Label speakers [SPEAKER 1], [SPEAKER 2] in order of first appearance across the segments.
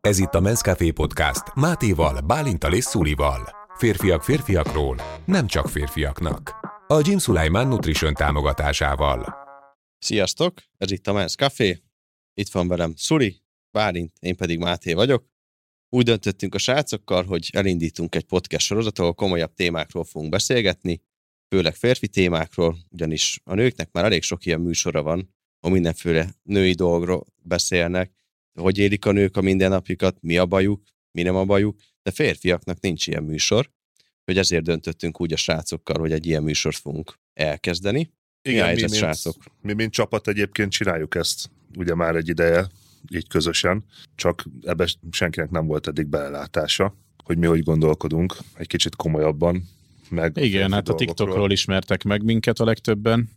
[SPEAKER 1] Ez itt a Men's Café Podcast Mátéval, Bálintal és Szulival. Férfiak férfiakról, nem csak férfiaknak. A Jim Sulaiman Nutrition támogatásával.
[SPEAKER 2] Sziasztok, ez itt a Men's Café. Itt van velem Szuri, Bálint, én pedig Máté vagyok. Úgy döntöttünk a srácokkal, hogy elindítunk egy podcast sorozatot, ahol komolyabb témákról fogunk beszélgetni, főleg férfi témákról, ugyanis a nőknek már elég sok ilyen műsora van, ahol mindenféle női dolgról beszélnek, hogy élik a nők a mindennapjukat, mi a bajuk, mi nem a bajuk, de férfiaknak nincs ilyen műsor, hogy ezért döntöttünk úgy a srácokkal, hogy egy ilyen műsort fogunk elkezdeni. Mi a
[SPEAKER 3] mi,
[SPEAKER 2] helyzet,
[SPEAKER 3] mint,
[SPEAKER 2] srácok?
[SPEAKER 3] mi, mint csapat egyébként csináljuk ezt, ugye már egy ideje, így közösen, csak ebbe senkinek nem volt eddig belelátása, hogy mi hogy gondolkodunk, egy kicsit komolyabban, meg
[SPEAKER 4] Igen, hát a
[SPEAKER 3] dolgokról.
[SPEAKER 4] TikTokról ismertek meg minket a legtöbben,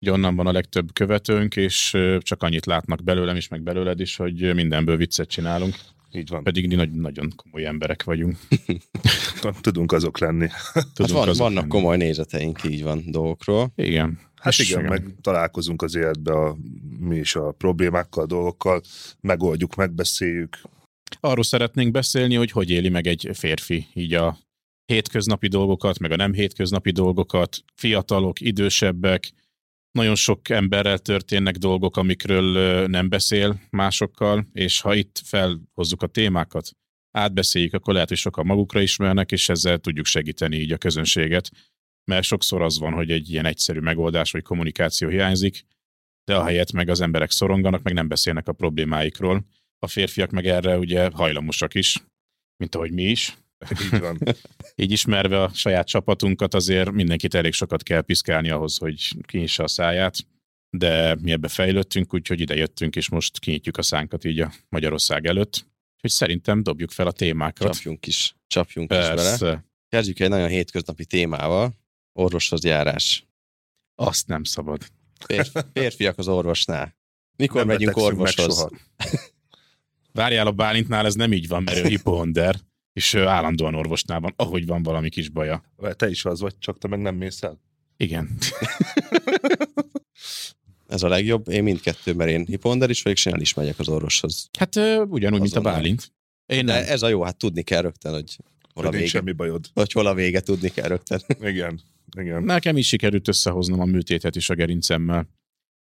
[SPEAKER 4] ugye onnan van a legtöbb követőnk, és ö, csak annyit látnak belőlem is, meg belőled is, hogy ö, mindenből viccet csinálunk,
[SPEAKER 3] Így van,
[SPEAKER 4] pedig nagy, nagyon komoly emberek vagyunk.
[SPEAKER 3] tudunk azok lenni.
[SPEAKER 2] Hát
[SPEAKER 4] Tudunk
[SPEAKER 2] van,
[SPEAKER 4] azok
[SPEAKER 2] vannak
[SPEAKER 4] lenni.
[SPEAKER 2] komoly nézeteink, így van, dolgokról.
[SPEAKER 4] Igen.
[SPEAKER 3] Hát
[SPEAKER 4] És
[SPEAKER 3] igen, meg találkozunk az életbe a, mi is a problémákkal, a dolgokkal, megoldjuk, megbeszéljük.
[SPEAKER 4] Arról szeretnénk beszélni, hogy hogy éli meg egy férfi, így a hétköznapi dolgokat, meg a nem hétköznapi dolgokat, fiatalok, idősebbek, nagyon sok emberrel történnek dolgok, amikről ö, nem beszél másokkal, és ha itt felhozzuk a témákat, átbeszéljük, akkor lehet, hogy sokan magukra ismernek, és ezzel tudjuk segíteni így a közönséget, mert sokszor az van, hogy egy ilyen egyszerű megoldás vagy kommunikáció hiányzik, de ahelyett meg az emberek szoronganak, meg nem beszélnek a problémáikról. A férfiak meg erre ugye hajlamosak is, mint ahogy mi is.
[SPEAKER 3] Így van.
[SPEAKER 4] Így ismerve a saját csapatunkat, azért mindenkit elég sokat kell piszkálni ahhoz, hogy kinyissa a száját, de mi ebbe fejlődtünk, úgyhogy ide jöttünk, és most kinyitjuk a szánkat így a Magyarország előtt. Úgyhogy szerintem dobjuk fel a témákat.
[SPEAKER 2] Csapjunk is, csapjunk is vele.
[SPEAKER 4] Persze,
[SPEAKER 2] Kezdjük egy nagyon hétköznapi témával, orvoshoz járás.
[SPEAKER 4] azt nem szabad.
[SPEAKER 2] Férfi, férfiak az orvosnál. Mikor
[SPEAKER 3] Nem
[SPEAKER 2] megyünk
[SPEAKER 3] betegszünk meg
[SPEAKER 2] orvoshoz?
[SPEAKER 3] soha.
[SPEAKER 4] Várjál, a Bálintnál ez nem így van, mert ő hipohonder, és ő állandóan orvosnál van, ahogy van valami kis baja.
[SPEAKER 3] Vagy Te is az vagy, csak te meg nem mész el.
[SPEAKER 4] Igen.
[SPEAKER 2] Ez a legjobb. Én mindkettő, mert én hiponder is vagyok, és én el is megyek az orvoshoz.
[SPEAKER 4] Hát ö, ugyanúgy, mint a
[SPEAKER 2] Azonnal.
[SPEAKER 4] Bálint. Én nem.
[SPEAKER 2] De ez a jó, hát tudni kell rögtön, hogy hol a
[SPEAKER 3] Hogy nincs
[SPEAKER 2] vége.
[SPEAKER 3] semmi bajod.
[SPEAKER 2] Hogy hol a vége, tudni kell rögtön.
[SPEAKER 3] Igen, igen.
[SPEAKER 4] Nekem is sikerült összehoznom a műtétet is a gerincemmel.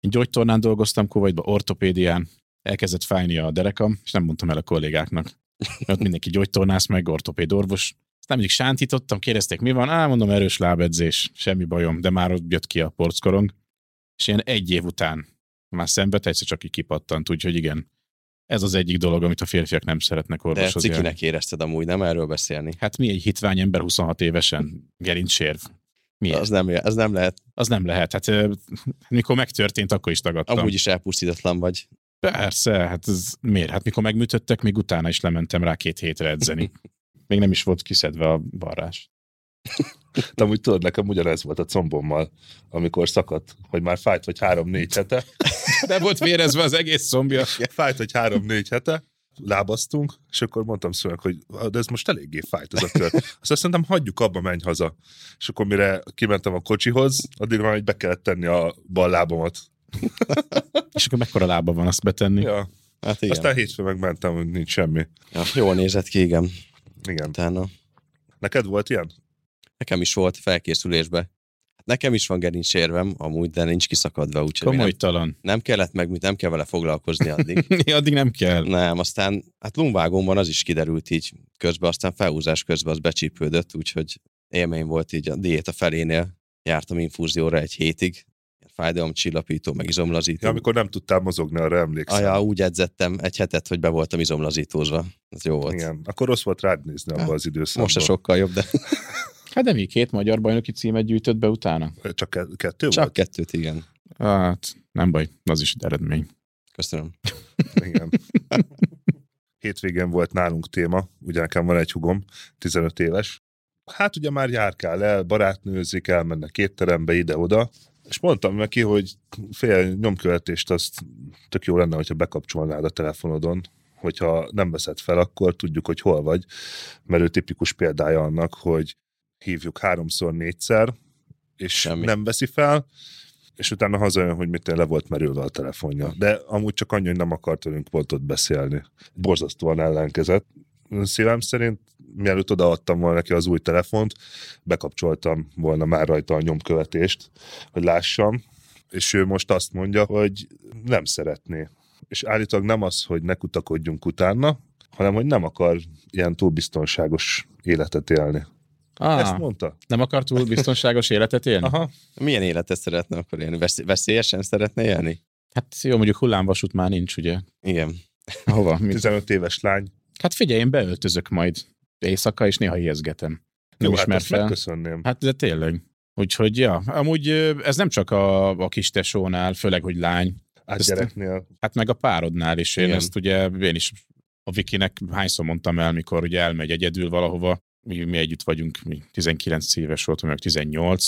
[SPEAKER 4] Én gyógytornán dolgoztam Kuwaitban, ortopédián, elkezdett fájni a derekam, és nem mondtam el a kollégáknak. Ott mindenki gyógytornász, meg ortopéd orvos. Aztán mindig sántítottam, kérdezték, mi van? Á, mondom, erős lábedzés, semmi bajom, de már ott jött ki a porckorong. És én egy év után már szembe egyszer csak így kipattant, úgyhogy igen. Ez az egyik dolog, amit a férfiak nem szeretnek
[SPEAKER 2] De
[SPEAKER 4] orvoshoz járni.
[SPEAKER 2] cikinek érezted amúgy, nem erről beszélni.
[SPEAKER 4] Hát mi egy hitvány ember 26 évesen, gerincsérv. Mi ez?
[SPEAKER 2] Az nem, az nem lehet.
[SPEAKER 4] Az nem lehet. Hát ö, mikor megtörtént, akkor is tagadtam.
[SPEAKER 2] Amúgy is elpusztítatlan vagy.
[SPEAKER 4] Persze, hát ez miért? Hát mikor megműtöttek, még utána is lementem rá két hétre edzeni. Még nem is volt kiszedve a barrás.
[SPEAKER 3] De Hát amúgy tudod, nekem ugyanez volt a combommal, amikor szakadt, hogy már fájt, hogy három-négy hete.
[SPEAKER 4] De volt vérezve az egész szombja.
[SPEAKER 3] Fájt, hogy három-négy hete. Lábaztunk, és akkor mondtam szülnek, hogy "Ah, de ez most eléggé fájt ez a kör. Aztán szerintem hagyjuk abba, menj haza. És akkor mire kimentem a kocsihoz, addig már így be kellett tenni a bal lábomat.
[SPEAKER 4] És akkor mekkora lába van azt betenni? Ja.
[SPEAKER 3] Ja.
[SPEAKER 2] Hát igen.
[SPEAKER 3] Aztán hétfőn megmentem, hogy nincs semmi.
[SPEAKER 2] Ja, jól nézett ki, igen.
[SPEAKER 3] Igen.
[SPEAKER 2] Utána.
[SPEAKER 3] Neked volt ilyen?
[SPEAKER 2] Nekem is volt felkészülésbe. Hát Nekem is van gerincsérvem, amúgy, de nincs kiszakadva, úgyhogy nem,
[SPEAKER 4] Komolytalan.
[SPEAKER 2] nem kellett meg, nem kell vele foglalkozni addig.
[SPEAKER 4] Addig nem kell.
[SPEAKER 2] nem, aztán hát lumvágomban az is kiderült így közben, aztán felhúzás közben az becsípődött, úgyhogy élmény volt így a diéta felénél. Jártam infúzióra egy hétig, fájdalomcsillapító, meg izomlazító.
[SPEAKER 3] Ja, amikor nem tudtál mozogni, arra emlékszem.
[SPEAKER 2] Aja, úgy edzettem egy hetet, hogy be voltam izomlazítózva. Ez jó volt.
[SPEAKER 3] Igen. Akkor rossz volt rád nézni abba az időszakban.
[SPEAKER 2] Most se sokkal jobb, de
[SPEAKER 4] Hát de mi két magyar bajnoki címet gyűjtött be utána?
[SPEAKER 3] Csak ke- kettő
[SPEAKER 2] csak kettőt, igen.
[SPEAKER 4] Hát nem baj, az is egy eredmény.
[SPEAKER 2] Köszönöm.
[SPEAKER 3] Igen. Hétvégén volt nálunk téma, ugye nekem van egy hugom, 15 éves. Hát ugye már járkál el, barátnőzik, elmennek étterembe ide-oda, és mondtam neki, hogy fél nyomkövetést azt tök jó lenne, hogyha bekapcsolnád a telefonodon, hogyha nem veszed fel, akkor tudjuk, hogy hol vagy, mert ő tipikus példája annak, hogy hívjuk háromszor, négyszer, és
[SPEAKER 2] Semmi.
[SPEAKER 3] Semmi. nem veszi fel, és utána hazajön, hogy mit le volt merülve a telefonja. De amúgy csak annyi, hogy nem akart velünk volt ott beszélni. Borzasztóan ellenkezett. Szívem szerint, mielőtt odaadtam volna neki az új telefont, bekapcsoltam volna már rajta a nyomkövetést, hogy lássam, és ő most azt mondja, hogy nem szeretné. És állítólag nem az, hogy ne kutakodjunk utána, hanem hogy nem akar ilyen túl biztonságos életet élni. Ah. Ezt
[SPEAKER 4] Á,
[SPEAKER 3] mondta?
[SPEAKER 4] nem akar túl biztonságos életet élni?
[SPEAKER 3] Aha.
[SPEAKER 2] Milyen életet szeretne akkor élni? Vesz- Veszélyesen szeretne élni?
[SPEAKER 4] Hát jó, mondjuk hullámvasút már nincs, ugye?
[SPEAKER 2] Igen.
[SPEAKER 4] Hova? Mit?
[SPEAKER 3] 15 éves lány.
[SPEAKER 4] Hát figyelj, én beöltözök majd éjszaka, és néha ijeszgetem. Nem
[SPEAKER 3] Jó, hát
[SPEAKER 4] ismer
[SPEAKER 3] ezt
[SPEAKER 4] fel.
[SPEAKER 3] megköszönném.
[SPEAKER 4] Hát de tényleg. Úgyhogy, ja, amúgy ö, ez nem csak a, a kis tesónál, főleg, hogy lány,
[SPEAKER 3] Hát
[SPEAKER 4] ezt-
[SPEAKER 3] gyereknél.
[SPEAKER 4] hát meg a párodnál is. Én
[SPEAKER 2] Igen.
[SPEAKER 4] Igen. ezt ugye, én is a Vikinek hányszor mondtam el, mikor ugye elmegy egyedül valahova, mi, mi együtt vagyunk, mi 19 éves voltam, ők 18,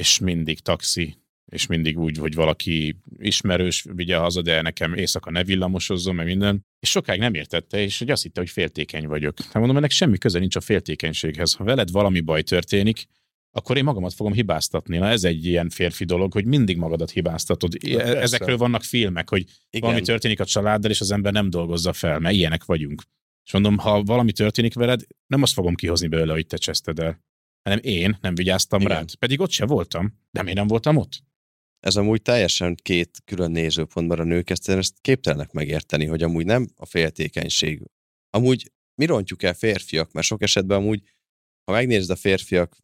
[SPEAKER 4] és mindig taxi, és mindig úgy, hogy valaki ismerős vigye haza, de nekem éjszaka ne villamosozzon, meg minden. És sokáig nem értette, és hogy azt hitte, hogy féltékeny vagyok. Hát mondom, ennek semmi köze nincs a féltékenységhez. Ha veled valami baj történik, akkor én magamat fogom hibáztatni. Na ez egy ilyen férfi dolog, hogy mindig magadat hibáztatod. E-
[SPEAKER 3] Hát persze.
[SPEAKER 4] Ezekről vannak filmek, hogy
[SPEAKER 2] Igen.
[SPEAKER 4] valami történik a családdal, és az ember nem dolgozza fel, mert ilyenek vagyunk. És mondom, ha valami történik veled, nem azt fogom kihozni belőle, hogy te cseszted el, hanem én nem vigyáztam
[SPEAKER 2] Igen.
[SPEAKER 4] Igen. rád. Pedig ott se voltam, de miért nem voltam ott?
[SPEAKER 2] ez amúgy teljesen két külön nézőpont, mert a nők ezt, ezt képtelenek megérteni, hogy amúgy nem a féltékenység. Amúgy mi rontjuk el férfiak, mert sok esetben amúgy, ha megnézed a férfiak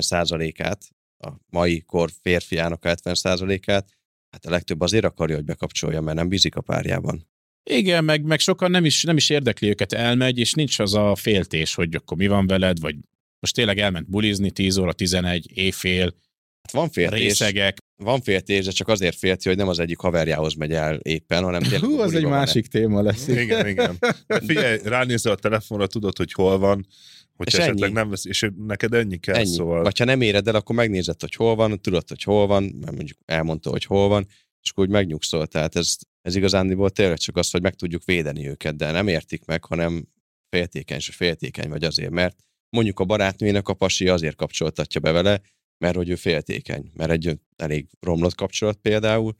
[SPEAKER 2] 70%-át, a mai kor férfiának a 70%-át, hát a legtöbb azért akarja, hogy bekapcsolja, mert nem bízik a párjában.
[SPEAKER 4] Igen, meg, meg sokan nem is, nem is érdekli őket, elmegy, és nincs az a féltés, hogy akkor mi van veled, vagy most tényleg elment bulizni 10 óra, 11, éjfél,
[SPEAKER 2] Hát van féltés,
[SPEAKER 4] részegek.
[SPEAKER 2] van féltés, de csak azért félti, hogy nem az egyik haverjához megy el éppen, hanem tényleg a buliba van-e.
[SPEAKER 4] téma lesz.
[SPEAKER 3] Igen, igen. De figyelj, ránézel a telefonra, tudod, hogy hol van, hogy
[SPEAKER 2] És
[SPEAKER 3] esetleg
[SPEAKER 2] ennyi.
[SPEAKER 3] nem vesz, és neked ennyi kell,
[SPEAKER 2] Ennyi.
[SPEAKER 3] szóval.
[SPEAKER 2] Vagy ha nem éred el, akkor megnézed, hogy hol van, tudod, hogy hol van, mert mondjuk elmondta, hogy hol van, és akkor úgy megnyugszol. Tehát ez, ez igazándiból tényleg csak az, hogy meg tudjuk védeni őket, de nem értik meg, hanem féltékeny, és féltékeny vagy azért, mert mondjuk a barátnőjének a pasi azért kapcsoltatja be vele, mert hogy ő féltékeny, mert egy elég romlott kapcsolat például,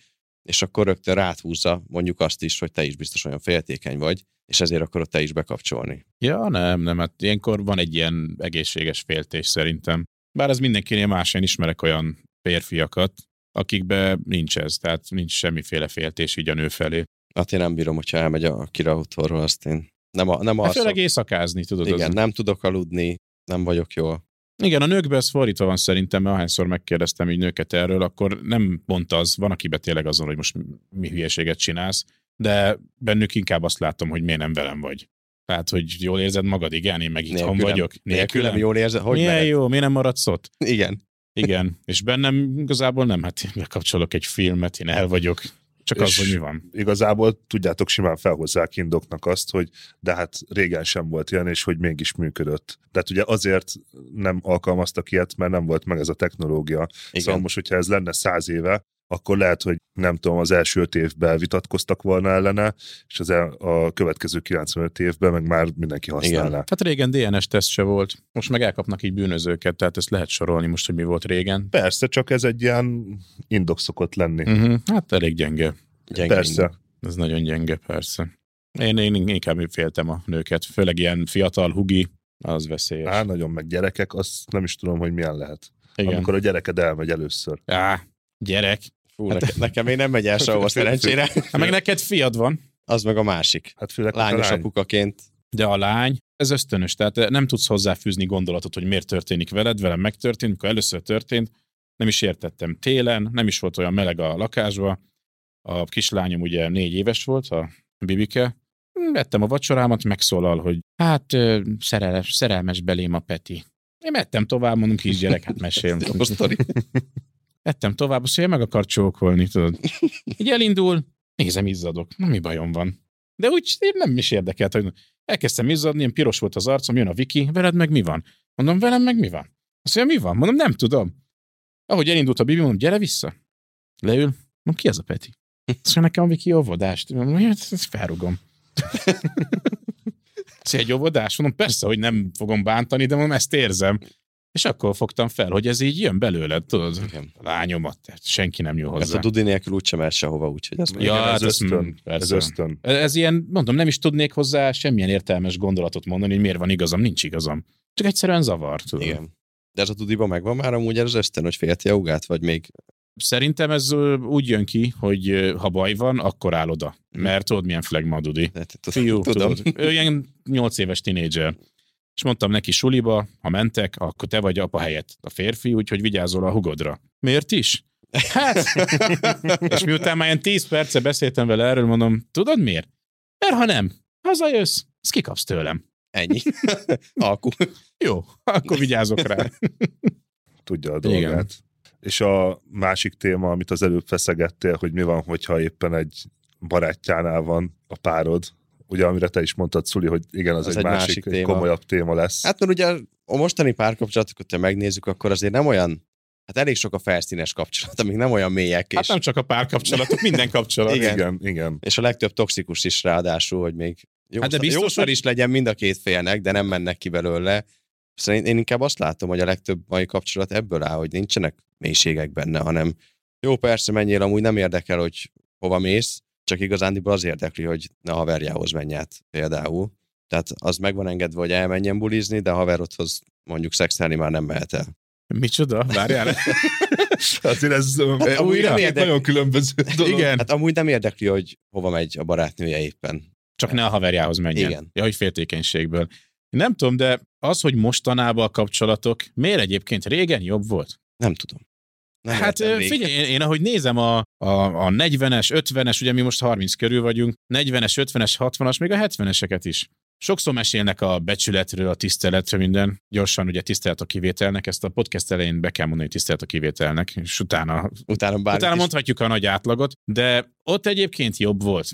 [SPEAKER 2] és akkor rögtön ráthúzza mondjuk azt is, hogy te is biztos olyan féltékeny vagy, és ezért akarod te is bekapcsolni.
[SPEAKER 4] Ja, nem, nem, hát ilyenkor van egy ilyen egészséges féltés szerintem. Bár ez mindenkinél más, én ismerek olyan férfiakat, akikben nincs ez, tehát nincs semmiféle féltés így a nő felé.
[SPEAKER 2] Hát én nem bírom, hogyha elmegy a kirahutorról, azt én nem, a, nem
[SPEAKER 4] Hát
[SPEAKER 2] alszok.
[SPEAKER 4] főleg éjszakázni, tudod.
[SPEAKER 2] Igen,
[SPEAKER 4] az...
[SPEAKER 2] nem tudok aludni, nem vagyok jól.
[SPEAKER 4] Igen, a nőkben ez fordítva van szerintem, mert ahányszor megkérdeztem így nőket erről, akkor nem pont az, van akiben tényleg azon, hogy most mi hülyeséget csinálsz, de bennük inkább azt látom, hogy miért nem velem vagy. Tehát, hogy jól érzed magad, igen, én meg itthon
[SPEAKER 2] Nélkülem-
[SPEAKER 4] vagyok.
[SPEAKER 2] Nélkülem jól érzed, hogy
[SPEAKER 4] Milyen
[SPEAKER 2] mered?
[SPEAKER 4] jó, miért nem maradsz ott?
[SPEAKER 2] Igen.
[SPEAKER 4] Igen, és bennem igazából nem, hát én bekapcsolok egy filmet, én el vagyok, csak az,
[SPEAKER 3] És-
[SPEAKER 4] hogy mi van.
[SPEAKER 3] Igazából tudjátok, simán felhozzák indoknak azt, hogy de hát régen sem volt ilyen, és hogy mégis működött. Tehát ugye azért nem alkalmaztak ilyet, mert nem volt meg ez a technológia.
[SPEAKER 2] Igen.
[SPEAKER 3] Szóval most, hogyha ez lenne száz éve, akkor lehet, hogy nem tudom, az első öt évben vitatkoztak volna ellene, és az el, a következő 95 évben meg már mindenki használná.
[SPEAKER 2] Igen.
[SPEAKER 4] Hát régen DNS teszt se volt, most meg elkapnak így bűnözőket, tehát ezt lehet sorolni most, hogy mi volt régen.
[SPEAKER 3] Persze, csak ez egy ilyen indok szokott
[SPEAKER 2] Mm,
[SPEAKER 3] lenni.
[SPEAKER 4] Uh-huh. Hát elég gyenge,
[SPEAKER 2] Gyenge
[SPEAKER 3] Persze.
[SPEAKER 4] ez nagyon gyenge persze. Én, én inkább féltem a nőket, főleg ilyen fiatal hugi, az veszélyes.
[SPEAKER 3] Á, nagyon meg gyerekek, azt nem is tudom, hogy milyen lehet. Igen.
[SPEAKER 4] Igen.
[SPEAKER 3] Amikor a gyereked elmegy először.
[SPEAKER 4] Á, gyerek.
[SPEAKER 2] Fú, neke, nekem még nem megy el sehova szerencsére.
[SPEAKER 4] Hát meg neked fiad van.
[SPEAKER 2] Az meg a másik.
[SPEAKER 3] Hát főleg hogyha
[SPEAKER 2] Lányos
[SPEAKER 3] lány.
[SPEAKER 2] apukaként.
[SPEAKER 4] De a lány, ez ösztönös, tehát eh, nem tudsz hozzáfűzni gondolatot, hogy miért történik veled, velem megtörtént, mikor először történt, nem is értettem télen, nem is volt olyan meleg a lakásba, a kislányom ugye négy éves volt, a Bibike, vettem a vacsorámat, megszólal, hogy hát ö, szerelmes, szerelmes belém a Peti. Én mettem tovább, mondom, kisgyerek, hát mesél.
[SPEAKER 2] Jó sztori.
[SPEAKER 4] Ettem tovább, azt mondja, meg akar csókolni, tudod. Így elindul, nézem, izzadok. Na, mi bajom van? De úgy én nem is érdekelt, hogy elkezdtem izzadni, ilyen piros volt az arcom, jön a Viki, veled meg mi van? Mondom, velem meg mi van? Azt mondja, mi van? Mondom, nem tudom. Ahogy elindult a Bibi, mondom, gyere vissza. Leül, mondom, ki az a Peti? Azt mondja, nekem a Viki óvodást. Mondom, "Ja, ezt ezt felrugom. Azt mondja, egy óvodás? Mondom, persze, hogy nem fogom bántani, de mondom, ezt érzem. És akkor fogtam fel, hogy ez így jön belőled, tudod,
[SPEAKER 2] Igen.
[SPEAKER 4] lányomat, tehát senki nem nyúl
[SPEAKER 2] Mert
[SPEAKER 4] hozzá.
[SPEAKER 2] a Dudi nélkül úgysem el sehova, úgyhogy az
[SPEAKER 4] Ja,
[SPEAKER 3] Igen, ez
[SPEAKER 4] hát ez-
[SPEAKER 3] ösztön.
[SPEAKER 4] mm,
[SPEAKER 3] Ez
[SPEAKER 4] persze.
[SPEAKER 3] ösztön.
[SPEAKER 4] Ez ilyen, mondom, nem is tudnék hozzá semmilyen értelmes gondolatot mondani, hogy miért van igazam, nincs igazam. Csak egyszerűen zavar, tudod.
[SPEAKER 2] Igen. De ez a Dudiban megvan már amúgy ez az ösztön, hogy félti a ugát, vagy még
[SPEAKER 4] Szerintem ez ö, úgy jön ki, hogy ö, ha baj van, akkor áll oda. Mert tudod, milyen flagma a Dudi.
[SPEAKER 2] hát, tud-
[SPEAKER 4] Fiú,
[SPEAKER 2] tudom.
[SPEAKER 4] tudod. Ő ilyen 8 éves tinédzser. És mondtam neki suliba, ha mentek, akkor te vagy apa helyett a férfi, úgyhogy vigyázol a hugodra. Miért is? Hát, és miután már ilyen 10 perce beszéltem vele erről, mondom, tudod miért? Mert ha nem, hazajössz, ezt kikapsz tőlem.
[SPEAKER 2] Ennyi. Alkú.
[SPEAKER 4] Jó, akkor vigyázok rá.
[SPEAKER 3] tudja a
[SPEAKER 4] Igen.
[SPEAKER 3] dolgát. Igen. És a másik téma, amit az előbb feszegettél, hogy mi van, hogyha éppen egy barátjánál van a párod, ugye amire te is mondtad, Szuli, hogy igen, az, az egy, egy másik, másik téma. komolyabb téma lesz. Hát,
[SPEAKER 2] Hát mert ugye a mostani párkapcsolatokat, ha megnézzük, akkor azért nem olyan, hát elég sok a felszínes kapcsolat, amik nem olyan mélyek, és,
[SPEAKER 4] Hát nem csak a párkapcsolatok, minden kapcsolat.
[SPEAKER 2] igen.
[SPEAKER 3] igen. igen, igen.
[SPEAKER 2] és a legtöbb toxikus is ráadásul, hogy még jó, hát
[SPEAKER 4] Hát de
[SPEAKER 2] de
[SPEAKER 4] biztos,
[SPEAKER 2] jó sor
[SPEAKER 4] hogy-
[SPEAKER 2] is legyen mind a két félnek, de nem mennek ki belőle. Szerint én inkább azt látom, hogy a legtöbb mai kapcsolat ebből áll, hogy nincsenek mélységek benne, hanem jó, persze menjél, amúgy nem érdekel, hogy hova mész, csak igazándiból az érdekli, hogy ne haverjához menj át például. Tehát az meg van engedve, hogy elmenjen bulizni, de a haverodhoz mondjuk szexelni már nem mehet el.
[SPEAKER 4] Micsoda? Várjál.
[SPEAKER 3] Azért ez ö, amúgy
[SPEAKER 2] újra?
[SPEAKER 3] nem két
[SPEAKER 2] Érdek-
[SPEAKER 3] nagyon különböző dolog.
[SPEAKER 4] Igen.
[SPEAKER 2] Hát amúgy nem érdekli, hogy hova megy a barátnője éppen.
[SPEAKER 4] Csak ne a haverjához menjen.
[SPEAKER 2] Igen.
[SPEAKER 4] Ja, hogy féltékenységből. Nem tudom, de az, hogy mostanában a kapcsolatok, miért egyébként régen jobb volt?
[SPEAKER 2] Nem tudom. Nem
[SPEAKER 4] hát
[SPEAKER 2] értem
[SPEAKER 4] ö,
[SPEAKER 2] még.
[SPEAKER 4] figyelj, én, én ahogy nézem a, a, a 40-es, 50-es, ugye mi most 30 körül vagyunk, 40-es, 50-es, 60-as, még a 70-eseket is. Sokszor mesélnek a becsületről, a tiszteletről minden. Gyorsan ugye tisztelt a kivételnek, ezt a podcast elején be kell mondani, hogy tisztelt a kivételnek, és utána
[SPEAKER 2] Utána bármit
[SPEAKER 4] Utána
[SPEAKER 2] is-
[SPEAKER 4] mondhatjuk a nagy átlagot, de ott egyébként jobb volt.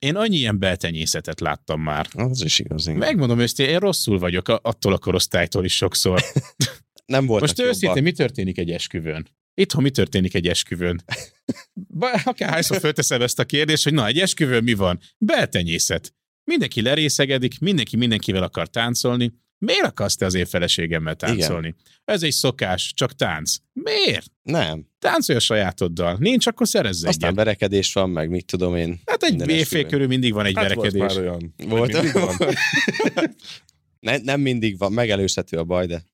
[SPEAKER 4] Én annyi ilyen beltenyészetet láttam már.
[SPEAKER 2] Hát Az is igaz. igen.
[SPEAKER 4] Megmondom őszintén, én rosszul vagyok a- attól a korosztálytól is sokszor.
[SPEAKER 2] Nem voltak
[SPEAKER 4] Most őszintén, mi történik egy esküvőn? Itthon mi történik egy esküvőn? Ba- Akárhányszor fölteszem ezt a kérdést, hogy na, egy esküvőn mi van? Beltenyészet. Mindenki lerészegedik, mindenki mindenkivel akar táncolni. Miért akarsz te az én feleségemmel táncolni? Igen. Ez egy szokás, csak tánc. Miért?
[SPEAKER 2] Nem.
[SPEAKER 4] Táncolj a sajátoddal. Nincs, akkor szerezz egyet.
[SPEAKER 2] Aztán verekedés van, meg mit tudom én.
[SPEAKER 4] Hát egy
[SPEAKER 2] Minden
[SPEAKER 4] évfél
[SPEAKER 2] esküvőn.
[SPEAKER 4] körül mindig van egy hát
[SPEAKER 3] Hát volt
[SPEAKER 4] verekedés.
[SPEAKER 3] már olyan. hogy
[SPEAKER 2] Volt.
[SPEAKER 3] mindig van.
[SPEAKER 2] Ne, nem mindig van, megelőzhető a baj, de, de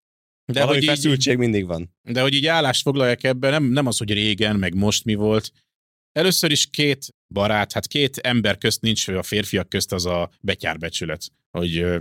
[SPEAKER 4] De
[SPEAKER 2] valami
[SPEAKER 4] hogy, így,
[SPEAKER 2] feszültség mindig van.
[SPEAKER 4] de hogy így állást foglaljak ebben, nem, nem az, hogy régen, meg most mi volt. Először is két barát, hát két ember közt nincs, a férfiak közt az a betyárbecsület, hogy ö,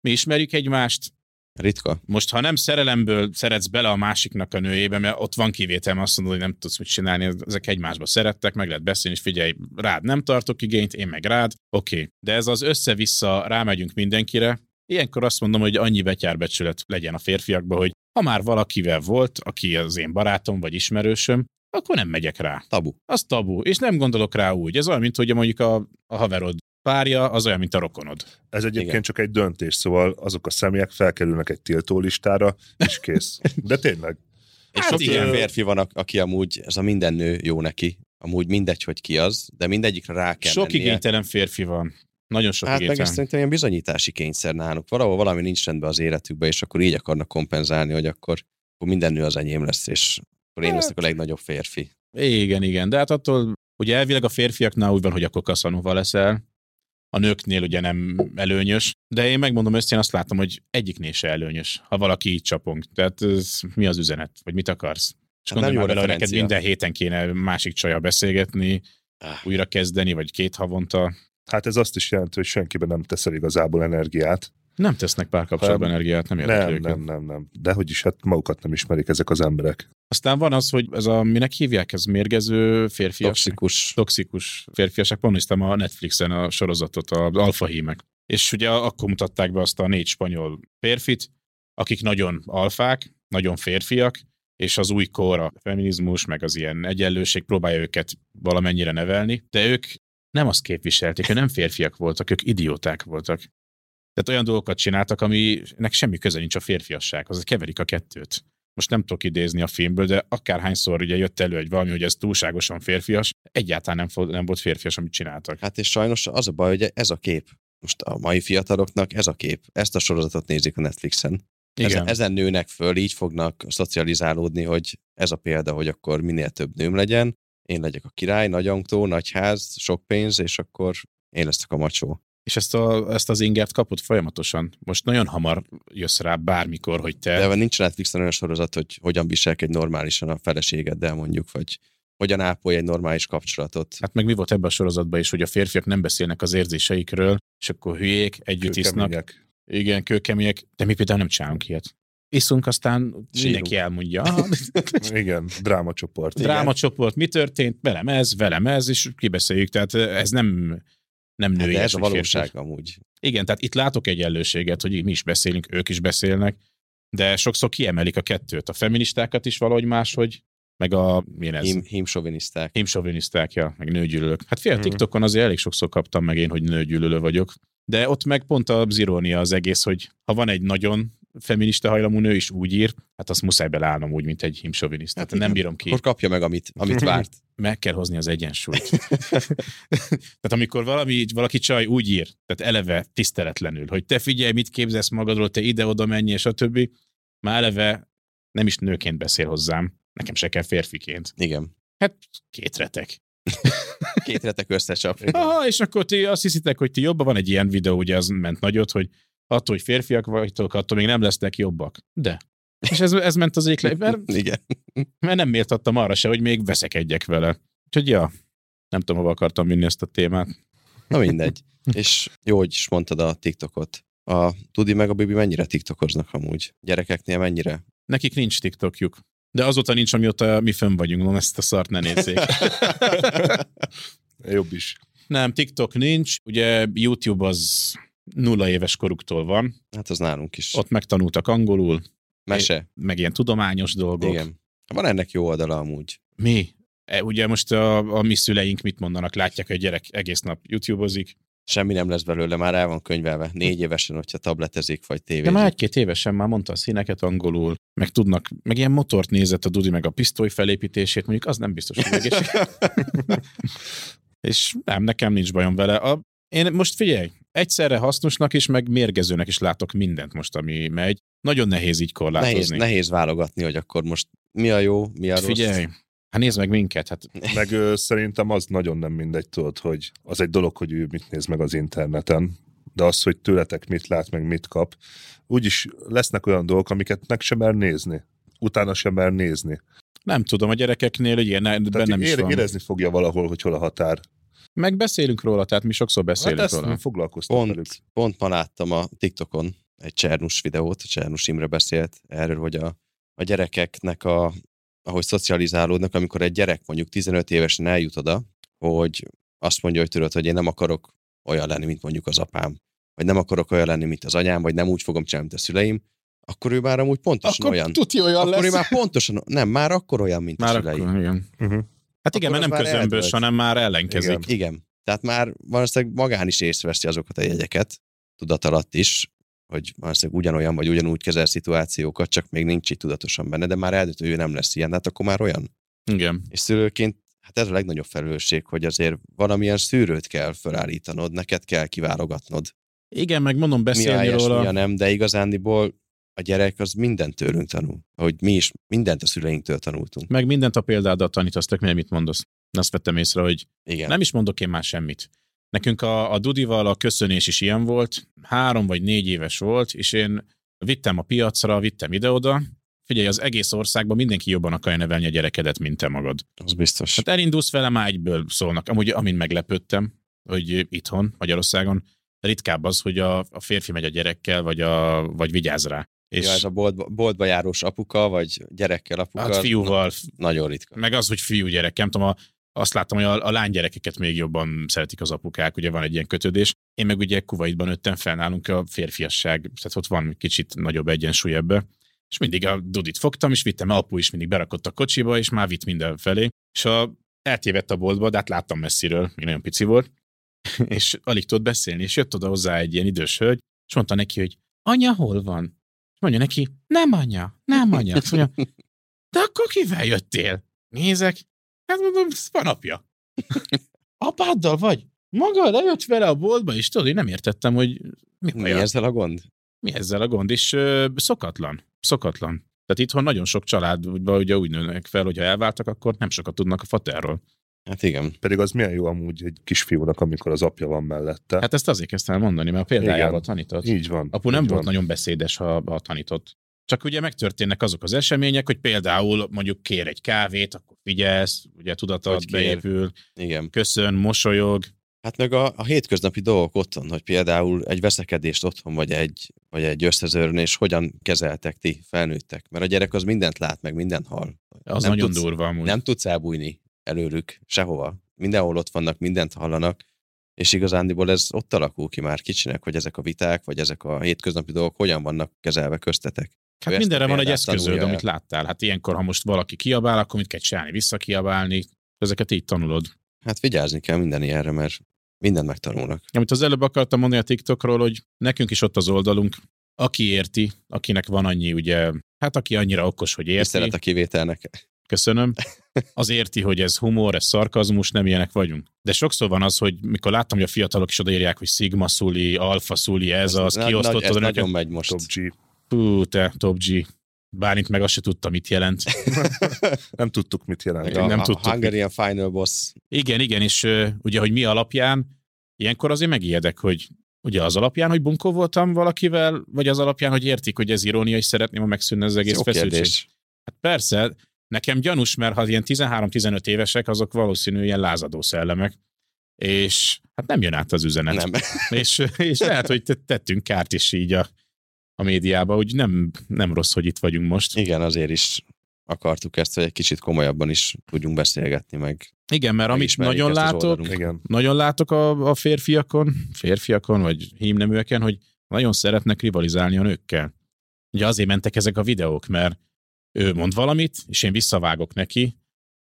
[SPEAKER 4] mi ismerjük egymást,
[SPEAKER 2] Ritka.
[SPEAKER 4] most ha nem szerelemből szeretsz bele a másiknak a nőjébe, mert ott van kivétel, mert azt mondod, hogy nem tudsz mit csinálni, ezek egymásba szerettek, meg lehet beszélni, és figyelj, rád nem tartok igényt, én meg rád, oké. Okay. De ez az össze-vissza rámegyünk mindenkire, Ilyenkor azt mondom, hogy annyi betyárbecsület legyen a férfiakban, hogy ha már valakivel volt, aki az én barátom vagy ismerősöm, akkor nem megyek rá.
[SPEAKER 2] Tabu.
[SPEAKER 4] Az tabu, és nem gondolok rá úgy. Ez olyan, mint hogy mondjuk a, a haverod párja, az olyan, mint a rokonod.
[SPEAKER 3] Ez egyébként
[SPEAKER 2] Igen.
[SPEAKER 3] igen. csak egy döntés, szóval azok a személyek felkerülnek egy tiltólistára, és kész. De tényleg.
[SPEAKER 2] És
[SPEAKER 4] Hát
[SPEAKER 2] sok
[SPEAKER 4] igen.
[SPEAKER 2] ilyen férfi van, ak- aki amúgy, ez a minden nő jó neki. Amúgy mindegy, hogy ki az, de mindegyikre rá kell
[SPEAKER 4] Sok
[SPEAKER 2] mennie.
[SPEAKER 4] igénytelen férfi van. Nagyon sok
[SPEAKER 2] Hát meg
[SPEAKER 4] igénytelen.
[SPEAKER 2] ezt szerintem ilyen bizonyítási kényszer náluk. Valahol valami nincs rendben az életükben, és akkor így akarnak kompenzálni, hogy akkor, akkor minden nő az enyém lesz, és akkor én
[SPEAKER 4] Hát.
[SPEAKER 2] leszek a legnagyobb férfi.
[SPEAKER 4] Igen, igen, de hát attól, ugye elvileg a férfiaknál úgy van, hogy akkor kaszanóval leszel, a nőknél ugye nem előnyös, de én megmondom ezt, én azt látom, hogy egyiknél se előnyös, ha valaki így csapong. Tehát ez, mi az üzenet, vagy mit akarsz? És
[SPEAKER 2] Hát
[SPEAKER 4] hát gondolj
[SPEAKER 2] nem
[SPEAKER 4] már
[SPEAKER 2] jó
[SPEAKER 4] bele, hogy neked
[SPEAKER 2] referencia.
[SPEAKER 4] minden héten kéne másik csajjal beszélgetni,
[SPEAKER 2] Ah.
[SPEAKER 4] újra kezdeni, vagy két havonta.
[SPEAKER 3] Hát ez azt is jelenti, hogy senkiben nem teszel igazából energiát.
[SPEAKER 4] Nem tesznek párkapcsolatban
[SPEAKER 2] Hát,
[SPEAKER 3] Nem.
[SPEAKER 4] energiát, nem érdekli
[SPEAKER 3] Nem,
[SPEAKER 4] őket.
[SPEAKER 3] nem, nem, nem. De hogy is, hát magukat nem ismerik ezek az emberek.
[SPEAKER 4] Aztán van az, hogy ez a, minek hívják, ez mérgező férfias
[SPEAKER 2] Toxikus.
[SPEAKER 4] toxikus férfiaság. Pont néztem a Netflixen a sorozatot, az alfa hímek. És ugye akkor mutatták be azt a négy spanyol férfit, akik nagyon alfák, nagyon férfiak, és az új kor, a feminizmus, meg az ilyen egyenlőség próbálja őket valamennyire nevelni, de ők nem azt képviselték, ők nem férfiak voltak, ők idióták voltak. Tehát olyan dolgokat csináltak, aminek semmi köze nincs a férfiassághoz, keverik a kettőt. Most nem tudok idézni a filmből, de akárhányszor ugye jött elő egy valami, hogy ez túlságosan férfias, egyáltalán nem, fo- nem volt férfias, amit csináltak.
[SPEAKER 2] Hát és sajnos az a baj, hogy ez a kép. Most a mai fiataloknak ez a kép. Ezt a sorozatot nézik a Netflixen. Ezen, ezen nőnek föl, így fognak szocializálódni, hogy ez a példa, hogy akkor minél több nőm legyen, én legyek a király, nagy autó, nagy ház, sok pénz, és akkor én leszek a macsó.
[SPEAKER 4] És ezt, a, ezt az ingert kapod folyamatosan? Most nagyon hamar jössz rá bármikor, hogy te...
[SPEAKER 2] De nincs Netflixen olyan sorozat, hogy hogyan viselkedj normálisan a feleségeddel mondjuk, vagy hogyan ápolj egy normális kapcsolatot.
[SPEAKER 4] Hát meg mi volt ebben a sorozatban is, hogy a férfiak nem beszélnek az érzéseikről, és akkor hülyék, együtt isznak.
[SPEAKER 3] Kőkemények.
[SPEAKER 4] Igen, kőkemények, de mi például nem csinálunk ilyet. Iszunk, aztán mindenki elmondja. Aha,
[SPEAKER 3] Igen, drámacsoport.
[SPEAKER 2] Igen.
[SPEAKER 4] drámacsoport, mi történt, velem ez, velem ez, és kibeszéljük. Tehát ez nem, nem
[SPEAKER 2] Hát
[SPEAKER 4] női.
[SPEAKER 2] de ez a valóság amúgy.
[SPEAKER 4] Igen, tehát itt látok egyenlőséget, hogy mi is beszélünk, ők is beszélnek, de sokszor kiemelik a kettőt. A feministákat is valahogy máshogy, meg a, milyen ez?
[SPEAKER 2] Hím, hímsoviniszták.
[SPEAKER 4] himsovinisztákja, meg nőgyűlölök. Hát fél
[SPEAKER 3] Mhm.
[SPEAKER 4] TikTokon azért elég sokszor kaptam meg én, hogy nőgyűlölő vagyok. De ott meg pont az irónia az egész, hogy ha van egy nagyon feminista hajlamú nő is úgy ír, hát azt muszáj belállnom úgy, mint egy himsoviniszta.
[SPEAKER 2] Hát
[SPEAKER 4] Hát nem
[SPEAKER 2] igen.
[SPEAKER 4] bírom ki.
[SPEAKER 2] Akkor kapja meg, amit, amit várt.
[SPEAKER 4] Meg kell hozni az egyensúlyt. tehát amikor valami, valaki csaj úgy ír, tehát eleve tiszteletlenül, hogy te figyelj, mit képzelsz magadról, te ide-oda menj, és a többi, már eleve nem is nőként beszél hozzám, nekem se kell férfiként.
[SPEAKER 2] Igen.
[SPEAKER 4] Két retek.
[SPEAKER 2] Két retek összecsap.
[SPEAKER 4] Aha, és akkor ti azt hiszitek, hogy ti jobban van egy ilyen videó, ugye az ment nagyot, hogy attól, hogy férfiak vagytok, attól még nem lesznek jobbak. De. És ez, ez ment az egyik, le- mert,
[SPEAKER 2] Igen.
[SPEAKER 4] mert nem méltattam arra se, hogy még veszekedjek vele. Úgyhogy ja, nem tudom, hova akartam vinni ezt a témát.
[SPEAKER 2] Na mindegy. És jó, hogy is mondtad a TikTokot. A Tudi meg a Bibi mennyire TikTokoznak amúgy? Gyerekeknél mennyire?
[SPEAKER 4] Nekik nincs TikTokjuk. De azóta nincs, amióta mi fönn vagyunk, mondom, ezt a szart ne nézzék.
[SPEAKER 3] Jobb is.
[SPEAKER 4] nem, TikTok nincs, ugye YouTube az nulla éves koruktól van,
[SPEAKER 2] Hát az nálunk is. Ott
[SPEAKER 4] ott megtanultak angolul,
[SPEAKER 2] Mese.
[SPEAKER 4] meg ilyen tudományos dolgok.
[SPEAKER 2] Igen. Van ennek jó oldala amúgy.
[SPEAKER 4] Mi? E, ugye most a, a mi szüleink mit mondanak? Látják, hogy a gyerek egész nap YouTube-ozik.
[SPEAKER 2] Semmi nem lesz belőle, már el van könyvelve. Négy évesen, hogyha tabletezik, vagy
[SPEAKER 4] De
[SPEAKER 2] tévézik.
[SPEAKER 4] már egy-két évesen már mondta a színeket angolul, meg tudnak, meg ilyen motort nézett a Dudi, meg a pisztoly felépítését, mondjuk az nem biztos, hogy egészség. És nem, nekem nincs bajom vele. A, én most figyelj, egyszerre hasznosnak is, meg mérgezőnek is látok mindent most, ami megy. Nagyon nehéz így korlátozni. Hát
[SPEAKER 2] nehéz, nehéz válogatni, hogy akkor most mi a jó, mi a rossz.
[SPEAKER 4] Figyelj, hát nézd meg minket, hát
[SPEAKER 3] Meg ö, szerintem az nagyon nem mindegy, tudod, hogy az egy dolog, hogy ő mit néz meg az interneten, de az, hogy tőletek mit lát, meg mit kap, úgyis lesznek olyan dolgok, amiket meg sem mer nézni. Utána sem mer nézni.
[SPEAKER 4] nem tudom, a gyerekeknél ugye ne,
[SPEAKER 3] Tehát
[SPEAKER 4] bennem
[SPEAKER 3] így
[SPEAKER 4] is
[SPEAKER 3] ére,
[SPEAKER 4] van.
[SPEAKER 3] érezni fogja valahol, hogy hol a határ.
[SPEAKER 4] Meg beszélünk róla, tehát mi sokszor
[SPEAKER 3] Hát
[SPEAKER 4] beszélünk
[SPEAKER 3] ezt
[SPEAKER 4] róla.
[SPEAKER 3] nem foglalkoztam velük.
[SPEAKER 2] Pont, pont ma láttam a TikTokon egy Csernus videót, Csernus Imre beszélt erről, hogy a, a gyerekeknek a, ahogy szocializálódnak, amikor egy gyerek mondjuk 15 évesen eljut oda, hogy azt mondja, hogy tudod, hogy én nem akarok olyan lenni, mint mondjuk az apám, vagy nem akarok olyan lenni, mint az anyám, vagy nem úgy fogom csinálni, mint a szüleim, akkor ő már amúgy pontosan olyan.
[SPEAKER 4] tuti olyan
[SPEAKER 2] Akkor ő már pontosan, nem, már akkor olyan, mint
[SPEAKER 4] Már
[SPEAKER 2] a szüleim.
[SPEAKER 4] akkor, igen.
[SPEAKER 3] Uh-huh.
[SPEAKER 4] Hát igen,
[SPEAKER 2] Akkor az
[SPEAKER 4] mert nem
[SPEAKER 2] már
[SPEAKER 4] közömbös,
[SPEAKER 2] eldőlt.
[SPEAKER 4] hanem már ellenkezik.
[SPEAKER 3] Igen.
[SPEAKER 4] Igen.
[SPEAKER 2] Igen. Tehát már valószínűleg magán is észreveszi azokat a jegyeket, tudat alatt is, hogy valószínűleg ugyanolyan vagy ugyanúgy kezel szituációkat, csak még nincs így tudatosan benne, de már eldönt, hogy ő nem lesz ilyen, hát akkor már olyan.
[SPEAKER 4] igen.
[SPEAKER 2] És szülőként hát ez a legnagyobb felelősség, hogy azért valamilyen szűrőt kell felállítanod, neked kell kiválogatnod.
[SPEAKER 4] Igen, meg mondom,
[SPEAKER 2] Mi a
[SPEAKER 4] beszélni
[SPEAKER 2] helyes, mi a
[SPEAKER 4] róla.
[SPEAKER 2] nem, de igazándiból a gyerek az mindent tőlünk tanul, ahogy mi is mindent a szüleinktől tanultunk.
[SPEAKER 4] Meg mindent a példáddal tanítasz, tök mindegy, mit mondasz. Azt vettem észre, hogy
[SPEAKER 2] Igen.
[SPEAKER 4] nem is mondok én már semmit. Nekünk a, a Dudival a köszönés is ilyen volt, három vagy négy éves volt, és én vittem a piacra, vittem ide-oda. Figyelj, az egész országban mindenki jobban akarja nevelni a gyerekedet, mint te magad.
[SPEAKER 2] Az biztos.
[SPEAKER 4] Hát elindulsz vele, már egyből szólnak. Amúgy, amin meglepődtem, hogy itthon, Magyarországon ritkább az, hogy a, a férfi megy a gyerekkel, vagy, a, vagy vigyáz rá.
[SPEAKER 2] És...
[SPEAKER 4] És
[SPEAKER 2] Ja, ez a boltba, boltba járós apuka, vagy gyerekkel apuka.
[SPEAKER 4] hát fiúval,
[SPEAKER 2] Nagyon ritka.
[SPEAKER 4] meg az, hogy fiú gyerek, nem tudom, a, azt láttam, hogy a, a lánygyerekeket még jobban szeretik az apukák, ugye van egy ilyen kötődés. Én meg ugye Kuwaitban nőttem fel nálunk a férfiasság, tehát ott van kicsit nagyobb egyensúly ebbe. És mindig a dudit fogtam, és vittem, apu is mindig berakott a kocsiba, és már vitt mindenfelé. És a, eltévedt a boltba, de hát láttam messziről, még nagyon pici volt, és alig tudott beszélni, és jött oda hozzá egy ilyen idős hölgy, és mondta neki, hogy anya hol van? És mondja neki, nem anya, nem anya. Azt mondja, de akkor kivel jöttél? Nézek, hát mondom, ez van apja. Apáddal vagy? Maga lejött vele a boltba, és tudod, én nem értettem, hogy mi
[SPEAKER 2] Mi
[SPEAKER 4] baj az.
[SPEAKER 2] ezzel a gond?
[SPEAKER 4] mi ezzel a gond, és ö, szokatlan, szokatlan. Tehát itthon nagyon sok családban ugye úgy nőnek fel, hogy ha elváltak, akkor nem sokat tudnak a faterról.
[SPEAKER 2] Hát igen.
[SPEAKER 3] Pedig az milyen jó amúgy egy kisfiúnak, amikor az apja van mellette. Hát,
[SPEAKER 4] Hát ezt azért kezdtem el mondani, mert a példájával
[SPEAKER 3] Igen.
[SPEAKER 4] tanított.
[SPEAKER 3] így van.
[SPEAKER 4] Apu nem
[SPEAKER 3] így
[SPEAKER 4] volt
[SPEAKER 3] van.
[SPEAKER 4] nagyon beszédes, ha, ha tanított. Csak ugye megtörténnek azok az események, hogy például mondjuk kér egy kávét, akkor figyelsz, ugye
[SPEAKER 2] Hogy
[SPEAKER 4] tudatad
[SPEAKER 2] kér.
[SPEAKER 4] beépül,
[SPEAKER 2] Igen.
[SPEAKER 4] köszön, mosolyog.
[SPEAKER 2] Hát meg a, a hétköznapi dolgok otthon, hogy például egy veszekedést otthon, vagy egy, vagy egy összezörnés, hogyan kezeltek ti felnőttek? Mert a gyerek az mindent lát, meg mindent hall.
[SPEAKER 4] Az
[SPEAKER 2] Nem
[SPEAKER 4] nem nagyon
[SPEAKER 2] tudsz-
[SPEAKER 4] tudsz, durva amúgy. Hát
[SPEAKER 2] Nem tudsz elbújni előlük sehova. Mindenhol ott vannak, mindent hallanak, és igazándiból ez ott alakul ki már kicsinek, hogy ezek a viták, vagy ezek a hétköznapi dolgok hogyan vannak kezelve köztetek.
[SPEAKER 4] Hát
[SPEAKER 2] Ő ezt
[SPEAKER 4] mindenre
[SPEAKER 2] a
[SPEAKER 4] van egy
[SPEAKER 2] példát
[SPEAKER 4] eszközöd,
[SPEAKER 2] tanulja
[SPEAKER 4] amit láttál. Hát ilyenkor, ha most valaki kiabál, akkor mit kell csinálni? Visszakiabálni. Ezeket így tanulod.
[SPEAKER 2] Hát vigyázni kell minden ilyenre, mert mindent megtanulnak.
[SPEAKER 4] Amit az előbb akartam mondani a TikTokról, hogy nekünk is ott az oldalunk, aki érti, akinek van annyi, ugye, hát aki annyira okos, hogy érti,
[SPEAKER 2] Tisztelet a kivételnek.
[SPEAKER 4] köszönöm, az érti, hogy ez humor, ez szarkazmus, nem ilyenek vagyunk. De sokszor van az, hogy mikor láttam, hogy a fiatalok is odaírják, hogy Sigma szuli, Alfa szuli, ez az,
[SPEAKER 2] Na- nagy- ez
[SPEAKER 4] kiosztottad
[SPEAKER 2] nagyon
[SPEAKER 4] nekem.
[SPEAKER 2] megy most.
[SPEAKER 3] Top G.
[SPEAKER 4] Hú, te, Top G. Bálint meg azt se tudta, mit jelent.
[SPEAKER 3] Nem tudtuk, mit jelent.
[SPEAKER 2] Meg
[SPEAKER 4] Ja.
[SPEAKER 2] a,
[SPEAKER 4] nem
[SPEAKER 2] a
[SPEAKER 4] tudtuk.
[SPEAKER 2] Hungarian Final Boss.
[SPEAKER 4] Igen, igen, és ö, ugye, hogy mi alapján, ilyenkor azért megijedek, hogy ugye az alapján, hogy bunkó voltam valakivel, vagy az alapján, hogy értik, hogy ez irónia, és szeretném, ha megszűnne az egész
[SPEAKER 2] Jó
[SPEAKER 4] feszültség.
[SPEAKER 2] kérdés.
[SPEAKER 4] Hát persze, nekem gyanús, mert ha ilyen 13-15 évesek, azok valószínű ilyen lázadó szellemek, és hát nem jön át az üzenet.
[SPEAKER 2] Nem.
[SPEAKER 4] És, és lehet, hogy te- tettünk kárt is így a, a médiába, úgy nem, nem rossz, hogy itt vagyunk most.
[SPEAKER 2] Igen, azért is akartuk ezt, hogy egy kicsit komolyabban is tudjunk beszélgetni meg.
[SPEAKER 4] Igen, mert amit
[SPEAKER 2] Megismerjük
[SPEAKER 4] nagyon
[SPEAKER 2] ezt az
[SPEAKER 4] látok,
[SPEAKER 2] oldalunkat.
[SPEAKER 3] Igen.
[SPEAKER 4] nagyon látok a, a férfiakon, férfiakon vagy hímneműeken, hogy nagyon szeretnek rivalizálni a nőkkel. Ugye azért mentek ezek a videók, mert ő mond valamit, és én visszavágok neki,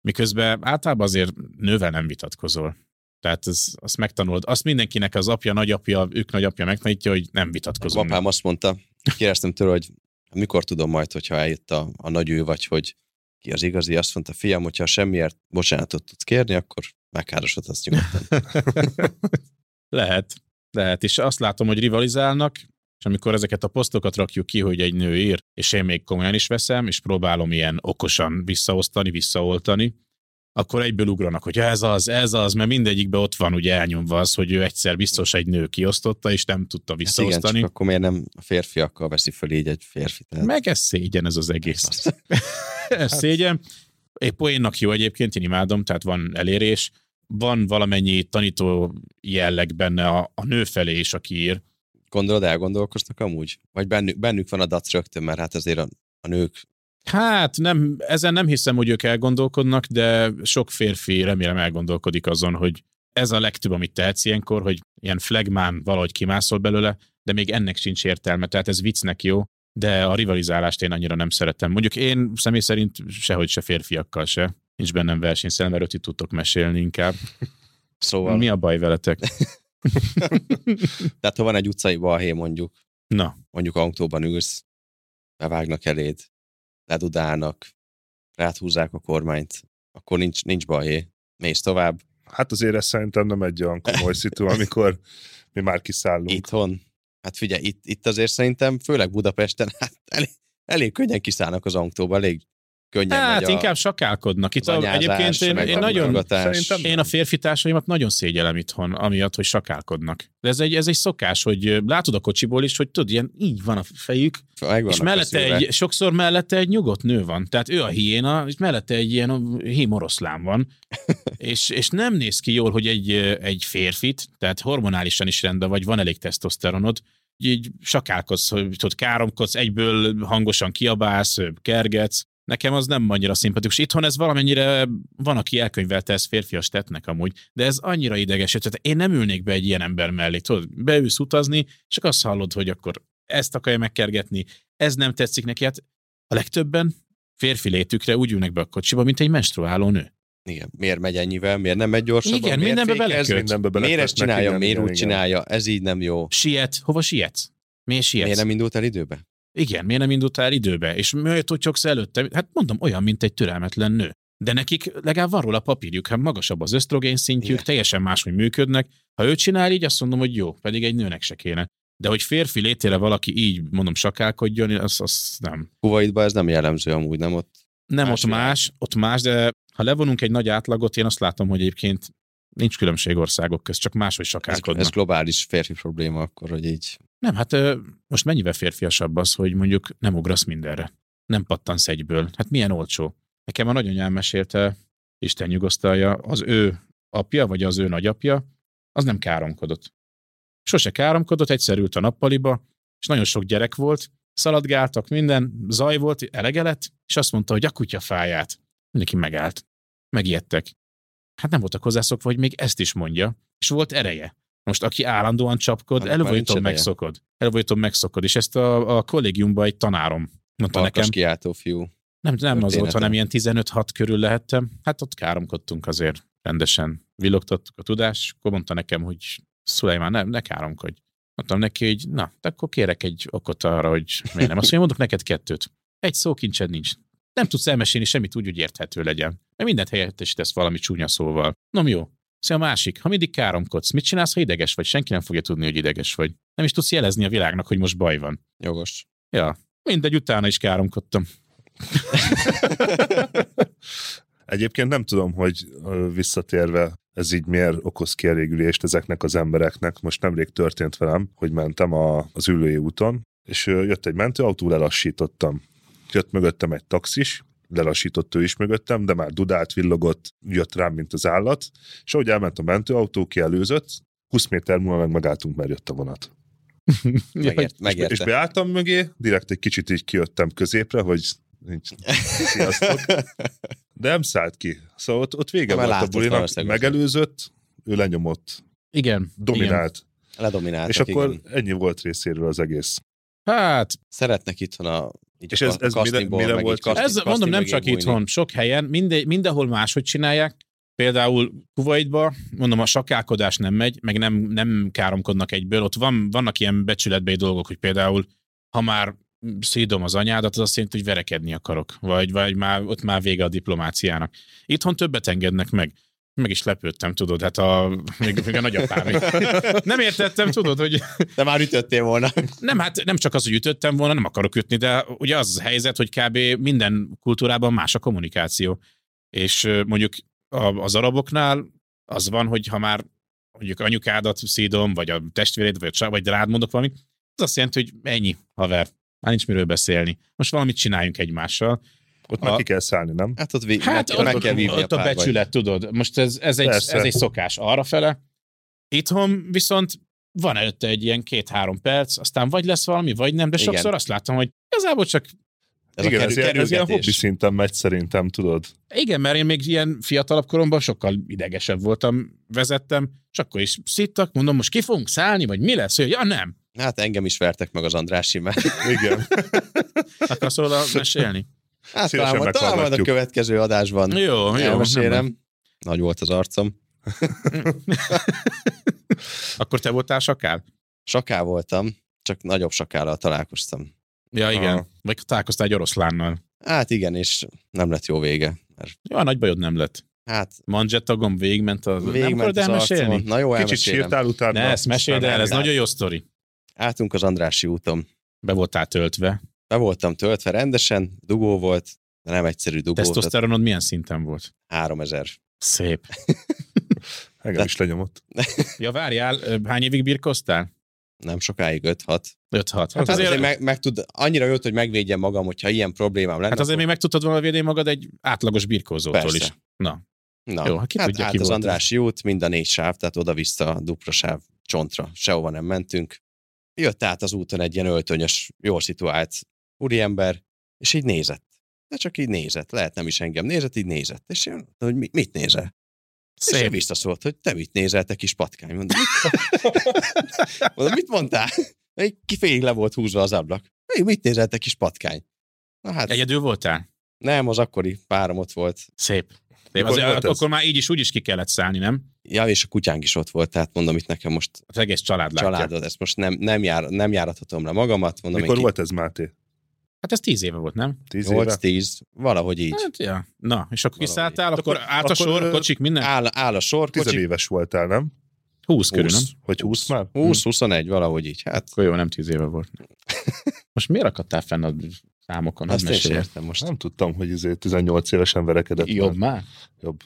[SPEAKER 4] miközben általában azért nővel nem vitatkozol. Tehát ez, azt megtanulod. Azt mindenkinek az apja, nagyapja, ők nagyapja megtanítja, hogy nem
[SPEAKER 2] Az
[SPEAKER 4] vitatkozunk.
[SPEAKER 2] apám azt mondta, kérdeztem tőle, hogy mikor tudom majd, hogyha eljött a, a nagy ő, vagy hogy ki az igazi, azt mondta, fiam, hogyha semmiért bocsánatot tudsz kérni, akkor megkárosodhatsz nyugodtan.
[SPEAKER 4] Lehet, lehet, és azt látom, hogy rivalizálnak, és amikor ezeket a posztokat rakjuk ki, hogy egy nő ír, és én még komolyan is veszem, és próbálom ilyen okosan visszaosztani, visszaoltani, akkor egyből ugranak, hogy ez az, ez az, mert mindegyikben ott van ugye elnyomva az, hogy ő egyszer biztos egy nő kiosztotta, és nem tudta
[SPEAKER 2] Hát igen, csak
[SPEAKER 4] visszaosztani. Hát
[SPEAKER 2] akkor miért nem a férfiakkal veszi föl így egy férfi? Tehát
[SPEAKER 4] Meg ez szégyen ez az egész.
[SPEAKER 2] azt-
[SPEAKER 4] Ez
[SPEAKER 2] Hát.
[SPEAKER 4] szégyen. Egy poénnak jó egyébként, én imádom, tehát van elérés, van valamennyi tanító jelleg benne a, a nő felé is, aki ír,
[SPEAKER 2] gondolod, elgondolkoznak amúgy? Vagy bennük, bennük van a dac rögtön, mert hát azért a, a nők
[SPEAKER 4] Hát nem, ezen nem hiszem, hogy ők elgondolkodnak, de sok férfi remélem elgondolkodik azon, hogy ez a legtöbb, amit tehetsz ilyenkor, hogy ilyen flagmán valahogy kimászol belőle, de még ennek sincs értelme, tehát ez viccnek jó, de a rivalizálást én annyira nem szeretem. Mondjuk én személy szerint sehogy se férfiakkal se. Nincs bennem versenyszellem, erről ti tudtok mesélni inkább.
[SPEAKER 2] szóval...
[SPEAKER 4] Mi a baj veletek?
[SPEAKER 2] Tehát ha van egy utcai balhé mondjuk,
[SPEAKER 4] Na.
[SPEAKER 2] mondjuk autóban ülsz, bevágnak eléd, ledudálnak, rád húzzák a kormányt, akkor nincs, nincs balhé. Mész tovább,
[SPEAKER 3] Hát azért ez szerintem nem egy olyan komoly szitu, amikor mi már kiszállunk.
[SPEAKER 2] itthon. Hát figyelj, itt, itt azért szerintem, főleg Budapesten, hát elég, elég könnyen kiszállnak az autóba, elég könnyen
[SPEAKER 4] Hát
[SPEAKER 2] megy
[SPEAKER 4] inkább sakálkodnak. Itt
[SPEAKER 2] az
[SPEAKER 4] a,
[SPEAKER 2] anyázás,
[SPEAKER 4] egyébként én,
[SPEAKER 2] meg
[SPEAKER 4] én
[SPEAKER 2] a
[SPEAKER 4] nagyon,
[SPEAKER 2] mutogatás.
[SPEAKER 3] Szerintem-
[SPEAKER 4] Én a férfi társaimat nagyon szégyelem itthon, amiatt, hogy sakálkodnak. De ez egy, ez egy szokás, hogy ö, látod a kocsiból is, hogy tudod, ilyen így van a fejük,
[SPEAKER 2] Megvannak
[SPEAKER 4] és mellette
[SPEAKER 2] feszülve.
[SPEAKER 4] egy, sokszor mellette egy nyugodt nő van. Tehát ő a hiéna, és mellette egy ilyen hím oroszlán van. és, és nem néz ki jól, hogy egy, ö, egy férfit, tehát hormonálisan is rendben vagy, van elég tesztoszteronod, így sakálkodsz, hogy tudod, káromkodsz, egyből hangosan kiabálsz, ö, kergetsz. Nekem az nem annyira szimpatikus. Itthon ez valamennyire van, aki elkönyvelte ezt férfias tettnek amúgy, de ez annyira idegesít. Tehát én nem ülnék be egy ilyen ember mellé. Tudod, beülsz utazni, csak azt hallod, hogy akkor ezt akarja megkergetni, ez nem tetszik neki. Hát a legtöbben férfi létükre úgy ülnek be a kocsiba, mint egy menstruáló nő.
[SPEAKER 2] Igen, miért megy ennyivel, miért nem megy gyorsabban,
[SPEAKER 4] Igen,
[SPEAKER 2] miért
[SPEAKER 4] mindenbe
[SPEAKER 2] fékez,
[SPEAKER 4] beleköt.
[SPEAKER 3] Mindenbe
[SPEAKER 2] Miért ezt
[SPEAKER 3] belekötnek,
[SPEAKER 2] csinálja,
[SPEAKER 3] igen,
[SPEAKER 2] miért
[SPEAKER 3] igen,
[SPEAKER 2] úgy
[SPEAKER 3] igen.
[SPEAKER 2] csinálja, ez így nem jó.
[SPEAKER 4] Siet, hova sietsz? Miért sietsz?
[SPEAKER 2] Miért
[SPEAKER 4] Miért
[SPEAKER 2] nem indult el időbe?
[SPEAKER 4] nem... Igen, miért nem indultál időbe? És miért tudjogsz előtte? Hát mondom, olyan, mint egy türelmetlen nő. De nekik legalább van róla papírjuk, hát magasabb az ösztrogén szintjük,
[SPEAKER 2] Igen.
[SPEAKER 4] teljesen máshogy működnek. Ha ő csinál így, azt mondom, hogy jó, pedig egy nőnek se kéne. De hogy férfi létére valaki így, mondom, sakálkodjon, az, az nem.
[SPEAKER 2] Kuwaitban ez nem jellemző amúgy, nem ott.
[SPEAKER 4] Nem,
[SPEAKER 2] Más
[SPEAKER 4] más ott más, ott más, de ha levonunk egy nagy átlagot, én azt látom, hogy egyébként nincs különbség országok közt, csak máshogy
[SPEAKER 2] Ez,
[SPEAKER 4] sakálkodnak.
[SPEAKER 2] ez globális férfi probléma akkor, hogy így.
[SPEAKER 4] Nem, hát ö, most mennyivel férfiasabb az, hogy mondjuk nem ugrasz mindenre, nem pattansz egyből. Hát milyen olcsó. Nekem a nagyanyám mesélte, Isten nyugosztalja, az ő apja, vagy az ő nagyapja, az nem káromkodott. Sose káromkodott, egyszer ült a nappaliba, és nagyon sok gyerek volt, szaladgáltak, minden, zaj volt, elege lett, és azt mondta, hogy a kutya fáját. Mindenki megállt. Megijedtek. Hát nem voltak hozzászokva, hogy még ezt is mondja, és volt ereje. Most, aki állandóan csapkod,
[SPEAKER 2] Annak Hát, már nincs
[SPEAKER 4] előbb-utóbb
[SPEAKER 2] ereje.
[SPEAKER 4] megszokod. Előbb-utóbb megszokod, és ezt a, a kollégiumban egy tanárom mondta
[SPEAKER 2] Alkas
[SPEAKER 4] nekem.
[SPEAKER 2] kiáltó fiú.
[SPEAKER 4] Nem, nem az volt,
[SPEAKER 2] történetem.
[SPEAKER 4] hanem ilyen 15-6 körül lehettem. Hát ott káromkodtunk azért rendesen. Villogtattuk a tudást, és akkor mondta nekem, hogy Szulajmán, nem, ne káromkodj. Mondtam neki, hogy na, te akkor kérek egy okot arra, hogy miért nem. Azt mondja, mondok neked kettőt. Egy szókincsed nincs. Nem tudsz elmesélni semmit úgy, hogy érthető legyen. Mert mindent helyettesítesz valami csúnya szóval. Na jó. Szóval a másik, ha mindig káromkodsz, mit csinálsz, ha ideges vagy? Senki nem fogja tudni, hogy ideges vagy. Nem is tudsz jelezni a világnak, hogy most baj van.
[SPEAKER 2] Jogos.
[SPEAKER 4] Mindegy, utána is káromkodtam.
[SPEAKER 3] Egyébként nem tudom, hogy ö, visszatérve ez így miért okoz kielégülést ezeknek az embereknek. Most nemrég történt velem, hogy mentem a, az ülői úton, és ö, jött egy mentőautó, lelassítottam. Jött mögöttem egy taxis, lelassított ő is mögöttem, de már dudált, villogott, jött rám, mint az állat, és ahogy elment a mentőautó, kielőzött, 20 méter múlva meg megálltunk, mert jött a vonat.
[SPEAKER 2] Megért,
[SPEAKER 3] És, be- és
[SPEAKER 2] megérte.
[SPEAKER 3] beálltam mögé, direkt egy kicsit így kijöttem középre, hogy nincs. Sziasztok. De nem szállt ki. Szóval ott, ott vége
[SPEAKER 2] Nem,
[SPEAKER 3] volt a
[SPEAKER 2] látott
[SPEAKER 3] bulinak,
[SPEAKER 2] valószínűleg.
[SPEAKER 3] megelőzött, ő lenyomott,
[SPEAKER 4] Igen. igen.
[SPEAKER 3] dominált, igen.
[SPEAKER 2] Ledomináltak,
[SPEAKER 3] és akkor
[SPEAKER 2] Hát igen.
[SPEAKER 3] igen. ennyi volt részéről az egész.
[SPEAKER 4] Hát,
[SPEAKER 2] Szeretnek itthon a így
[SPEAKER 3] És
[SPEAKER 2] a
[SPEAKER 3] ez- ez mire-
[SPEAKER 2] castingból,
[SPEAKER 3] mire
[SPEAKER 2] meg
[SPEAKER 3] volt?
[SPEAKER 2] így casting-
[SPEAKER 4] ez mondom
[SPEAKER 2] casting
[SPEAKER 4] nem
[SPEAKER 2] mögé
[SPEAKER 4] csak
[SPEAKER 2] bújni.
[SPEAKER 4] itthon, sok helyen, minde, mindenhol máshogy csinálják. Például Kuwaitba, mondom, a sakálkodás nem megy, meg nem, nem káromkodnak egyből. Ott van, vannak ilyen becsületbeli dolgok, hogy például, ha már szídom az anyádat, az azt jelenti, hogy verekedni akarok, vagy, vagy már, ott már vége a diplomáciának. Itthon többet engednek meg. Meg is lepődtem, tudod, hát a, még, még a nagyapám. Nem értettem, tudod, hogy
[SPEAKER 2] De már ütöttél volna.
[SPEAKER 4] Nem, hát nem csak az, hogy ütöttem volna, nem akarok ütni, de ugye az a helyzet, hogy kb. minden kultúrában más a kommunikáció. És ö, mondjuk a- az araboknál az van, hogy ha már mondjuk anyukádat szídom, vagy a testvéred, vagy, a, csa- vagy rád mondok valamit, az azt jelenti, hogy ennyi, haver, már nincs miről beszélni. Most valamit csináljunk egymással.
[SPEAKER 3] Ott
[SPEAKER 4] A-
[SPEAKER 3] már ki kell szállni, nem?
[SPEAKER 2] Hát ott, vi-
[SPEAKER 4] Hát
[SPEAKER 2] meg,
[SPEAKER 4] ott,
[SPEAKER 2] meg kell vívni
[SPEAKER 4] ott a,
[SPEAKER 2] párbajt.
[SPEAKER 4] becsület, tudod. Most ez, ez, egy, ez
[SPEAKER 3] Persze.
[SPEAKER 4] egy szokás arrafele. Itthon viszont van előtte egy ilyen két-három perc, aztán vagy lesz valami, vagy nem, de
[SPEAKER 2] Igen.
[SPEAKER 4] sokszor azt látom, hogy igazából csak
[SPEAKER 2] Ez
[SPEAKER 3] igen,
[SPEAKER 2] a
[SPEAKER 3] ez, ilyen,
[SPEAKER 2] kerül,
[SPEAKER 3] ez ilyen hobbi
[SPEAKER 2] kerülgetés.
[SPEAKER 3] szinten megy szerintem, tudod?
[SPEAKER 4] igen, mert én még ilyen fiatalabb koromban sokkal idegesebb voltam, vezettem, és akkor is szittak, mondom, most ki fogunk szállni, vagy mi lesz? Ja, nem.
[SPEAKER 2] Hát engem is vertek meg az Andrási már.
[SPEAKER 3] Igen.
[SPEAKER 4] Akarsz róla mesélni?
[SPEAKER 2] Hát
[SPEAKER 3] Szívesen
[SPEAKER 2] talán, majd- talán majd a
[SPEAKER 3] meghallgatjuk.
[SPEAKER 2] következő adásban
[SPEAKER 4] Jó, jó. nem
[SPEAKER 2] elmesélem.
[SPEAKER 4] baj.
[SPEAKER 2] Nagy volt az arcom.
[SPEAKER 4] Akkor te voltál sakál?
[SPEAKER 2] Sakál voltam, csak nagyobb sakállal találkoztam.
[SPEAKER 4] Ja, igen.
[SPEAKER 3] Aha.
[SPEAKER 4] Vagy találkoztál egy oroszlánnal.
[SPEAKER 2] Hát igen, és nem lett jó vége. Mert
[SPEAKER 4] Ja, nagy bajod nem lett.
[SPEAKER 2] Hát
[SPEAKER 4] Manzsettagom végigment az... nem
[SPEAKER 2] végigment
[SPEAKER 4] akarod
[SPEAKER 2] az Hát,
[SPEAKER 4] elmesélni?
[SPEAKER 2] arcomon. Na jó,
[SPEAKER 3] Kicsit
[SPEAKER 2] elmesélem.
[SPEAKER 3] sírtál utána.
[SPEAKER 4] Ne, ezt meséld el, ez
[SPEAKER 3] Aztán
[SPEAKER 4] nagyon jó sztori.
[SPEAKER 2] Álltunk az Andrási úton.
[SPEAKER 4] Be voltál töltve.
[SPEAKER 2] Be voltam töltve rendesen, dugó volt, de nem egyszerű dugó, tehát
[SPEAKER 4] Tesztoszteronod milyen szinten volt?
[SPEAKER 2] 3000.
[SPEAKER 4] Szép.
[SPEAKER 3] Engem is lenyomott.
[SPEAKER 4] Ja, várjál, ö, hány évig birkoztál?
[SPEAKER 2] Nem sokáig 5-6.
[SPEAKER 4] 5-6. Hát,
[SPEAKER 2] Hát azért,
[SPEAKER 4] azért,
[SPEAKER 2] meg, meg tud, annyira jött, hogy megvédjem magam, hogyha ilyen problémám lenne.
[SPEAKER 4] hát azért még meg tudtad volna védeni magad egy átlagos birkózótól
[SPEAKER 2] Persze.
[SPEAKER 4] is. Na,
[SPEAKER 2] Na,
[SPEAKER 4] Jó, hát ki
[SPEAKER 2] hát
[SPEAKER 4] tudja,
[SPEAKER 2] át
[SPEAKER 4] ki
[SPEAKER 2] az
[SPEAKER 4] volt
[SPEAKER 2] Andrási út, mind a négy sáv, tehát oda-vissza dupla sáv csontra, sehova nem mentünk. Jött át az úton egy ilyen öltönyös, jól szituált úriember, és így nézett. De csak így nézett, lehet nem is engem nézett, így nézett. És én, mondtam, hogy mi- mit nézel? Szép. És én
[SPEAKER 4] szép.
[SPEAKER 2] visszaszólt, hogy te mit nézel, te kis patkány. Mondom, mit, mondom, mit mondtál? Egy Kifélig le volt húzva az ablak. Hey, mit nézel, te kis patkány? Na hát,
[SPEAKER 4] Egyedül voltál?
[SPEAKER 2] nem, az akkori párom ott volt.
[SPEAKER 4] Szép. szép.
[SPEAKER 3] Mikor volt
[SPEAKER 4] Azért,
[SPEAKER 3] ez?
[SPEAKER 4] akkor már így is, úgy is ki kellett szállni, nem?
[SPEAKER 2] Ja, és a kutyánk is ott volt, tehát mondom, itt nekem most
[SPEAKER 4] Az egész család látja.
[SPEAKER 2] családod, ezt most nem, nem, jár, nem járathatom le magamat, mondom,
[SPEAKER 3] Mikor
[SPEAKER 2] én
[SPEAKER 3] volt ez, Máté?
[SPEAKER 4] Hát ez tíz éve volt, nem?
[SPEAKER 3] Tíz éve?
[SPEAKER 2] 8-10, valahogy így.
[SPEAKER 4] Hát, ja. Na, és akkor
[SPEAKER 2] Valami.
[SPEAKER 4] kiszálltál, akkor,
[SPEAKER 3] Akkor-
[SPEAKER 4] állt a
[SPEAKER 3] akkor,
[SPEAKER 4] sor,
[SPEAKER 3] ö,
[SPEAKER 4] kocsik, minden?
[SPEAKER 2] Áll, áll a sor,
[SPEAKER 3] Tizenéves
[SPEAKER 2] kocsi,
[SPEAKER 3] voltál, nem?
[SPEAKER 4] 20 körül, nem?
[SPEAKER 3] 20, vagy 20 már?
[SPEAKER 2] 20-21, valahogy így. Hát,
[SPEAKER 4] Akkor jó, nem 10 éve volt. Most miért akadtál fenn a számokon?
[SPEAKER 2] azt
[SPEAKER 4] Hadd
[SPEAKER 2] én sem
[SPEAKER 4] mesélj.
[SPEAKER 2] értem most.
[SPEAKER 3] Nem tudtam, hogy izé 18 évesen verekedett. már.
[SPEAKER 4] Jobb már?
[SPEAKER 3] Jobb.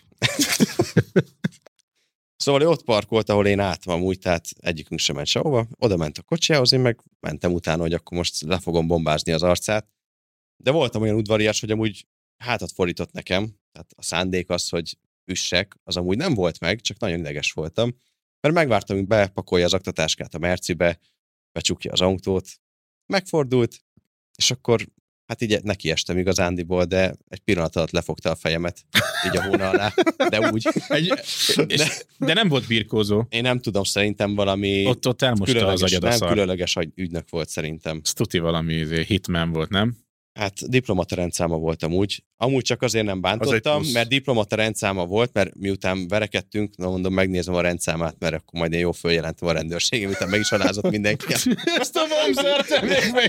[SPEAKER 2] Szóval ő ott parkolt, ahol én átvam úgy, tehát egyikünk sem ment sehova. Oda ment a kocsiához, én meg mentem utána, hogy akkor most le fogom bombázni az arcát. De voltam olyan udvarias, hogy amúgy hátat fordított nekem. Tehát a szándék az, hogy üssek, az amúgy nem volt meg, csak nagyon ideges voltam. Mert megvártam, hogy bepakolja az aktatáskát a mercibe, becsukja az autót, megfordult, és akkor hát így nekiestem igazándiból, de egy pillanat alatt lefogta a fejemet, így a hóna alá, de úgy.
[SPEAKER 4] Egy,
[SPEAKER 2] De-
[SPEAKER 4] és, de nem volt birkózó.
[SPEAKER 2] én nem tudom, szerintem valami
[SPEAKER 4] Ott, ott elmosta az
[SPEAKER 2] különleges,
[SPEAKER 4] agyad a
[SPEAKER 2] nem,
[SPEAKER 4] szar.
[SPEAKER 2] különleges agy- ügynök volt szerintem.
[SPEAKER 4] Ez tuti valami izé, hitman volt, nem?
[SPEAKER 2] Hát diplomata rendszáma voltam úgy. Amúgy csak azért nem bántottam,
[SPEAKER 3] plusz.
[SPEAKER 2] mert diplomata rendszáma volt, mert miután verekedtünk, na mondom, megnézem a rendszámát, mert akkor majd én jól följelentem a rendőrségem, miután meg is alázott mindenki.
[SPEAKER 4] Ezt a bomzert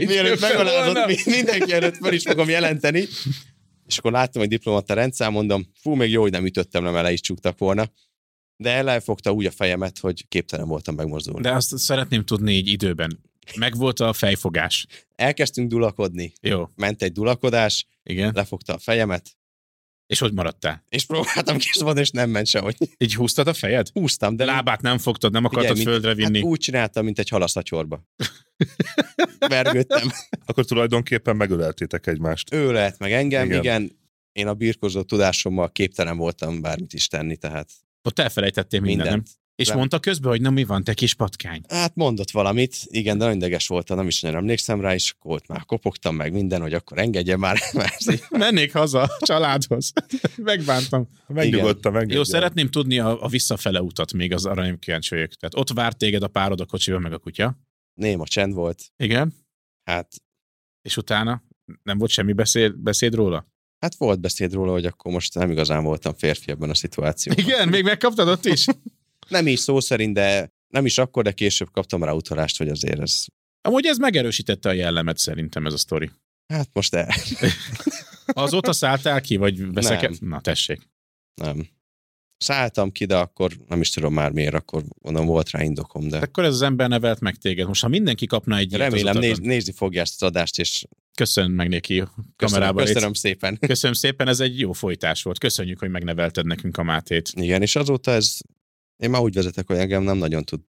[SPEAKER 2] Mielőtt megalázott mi- mindenki előtt fel is fogom jelenteni. És akkor láttam, hogy diplomata rendszám, mondom, fú, még jó, hogy nem ütöttem, nem ele is csuktak volna. De lefogta úgy a fejemet, hogy képtelen voltam megmozdulni.
[SPEAKER 4] De azt szeretném tudni így időben. Megvolt a fejfogás.
[SPEAKER 2] Elkezdtünk dulakodni.
[SPEAKER 4] Jó,
[SPEAKER 2] Ment egy dulakodás,
[SPEAKER 4] igen.
[SPEAKER 2] lefogta a fejemet,
[SPEAKER 4] És hogy maradtál?
[SPEAKER 2] és próbáltam kiszabadulni, és nem ment sehogy.
[SPEAKER 4] Így húztad a fejed?
[SPEAKER 2] Húztam, de
[SPEAKER 4] De lábát nem fogtad, nem akartad
[SPEAKER 2] Figyelj,
[SPEAKER 4] földre
[SPEAKER 2] hát
[SPEAKER 4] vinni.
[SPEAKER 2] úgy csináltam, mint egy halaszatyorba. Vergődtem.
[SPEAKER 3] Akkor tulajdonképpen megöleltétek egymást.
[SPEAKER 2] Ő lehet meg engem, igen.
[SPEAKER 3] Igen.
[SPEAKER 2] igen. Én a birkozó tudásommal képtelen voltam bármit is tenni, tehát
[SPEAKER 4] Ott elfelejtettél mindent.
[SPEAKER 2] minden.
[SPEAKER 4] nem? És
[SPEAKER 2] Nem.
[SPEAKER 4] mondta közben, hogy na mi van, te kis patkány.
[SPEAKER 2] Hát mondott valamit, igen, de nagyon ideges voltam, nem is nagyon emlékszem rá, és akkor ott már kopogtam meg minden, hogy akkor engedje már. mert-
[SPEAKER 4] Mennék haza a családhoz. Megbántam.
[SPEAKER 3] Megnyugodtam, meg.
[SPEAKER 4] Jó, szeretném tudni a, a visszafele utat még az aranyom kíváncsi vagyok. Tehát ott várt téged a párod, a kocsiban, meg a kutya.
[SPEAKER 2] Néma csend volt,
[SPEAKER 4] Igen.
[SPEAKER 2] hát,
[SPEAKER 4] És utána nem volt semmi beszéd, beszéd róla?
[SPEAKER 2] hát volt beszéd róla, hogy akkor most nem igazán voltam férfi ebben a szituációban.
[SPEAKER 4] Igen, még megkaptad ott is?
[SPEAKER 2] Nem így szó szerint, de nem is akkor, de később kaptam rá utalást, hogy azért ez,
[SPEAKER 4] Amúgy ez megerősítette a jellemet szerintem ez a sztori.
[SPEAKER 2] hát most el,
[SPEAKER 4] Azóta szálltál ki, vagy veszeket? Na, tessék.
[SPEAKER 2] nem. Szálltam ki, de akkor nem is tudom már miért, akkor mondom, volt rá indokom, de
[SPEAKER 4] Akkor ez az ember nevelt meg téged. Most ha mindenki kapna egy ilyet az
[SPEAKER 2] remélem
[SPEAKER 4] utadon.
[SPEAKER 2] néz, nézni fogja ezt az adást, és
[SPEAKER 4] Köszönöm meg neki
[SPEAKER 2] köszönöm,
[SPEAKER 4] kamerában.
[SPEAKER 2] köszönöm szépen.
[SPEAKER 4] Köszönöm szépen, ez egy jó folytás volt. Köszönjük, hogy megnevelted nekünk a Mátét.
[SPEAKER 2] Igen, és azóta ez, én már úgy vezetek, hogy engem nem nagyon tud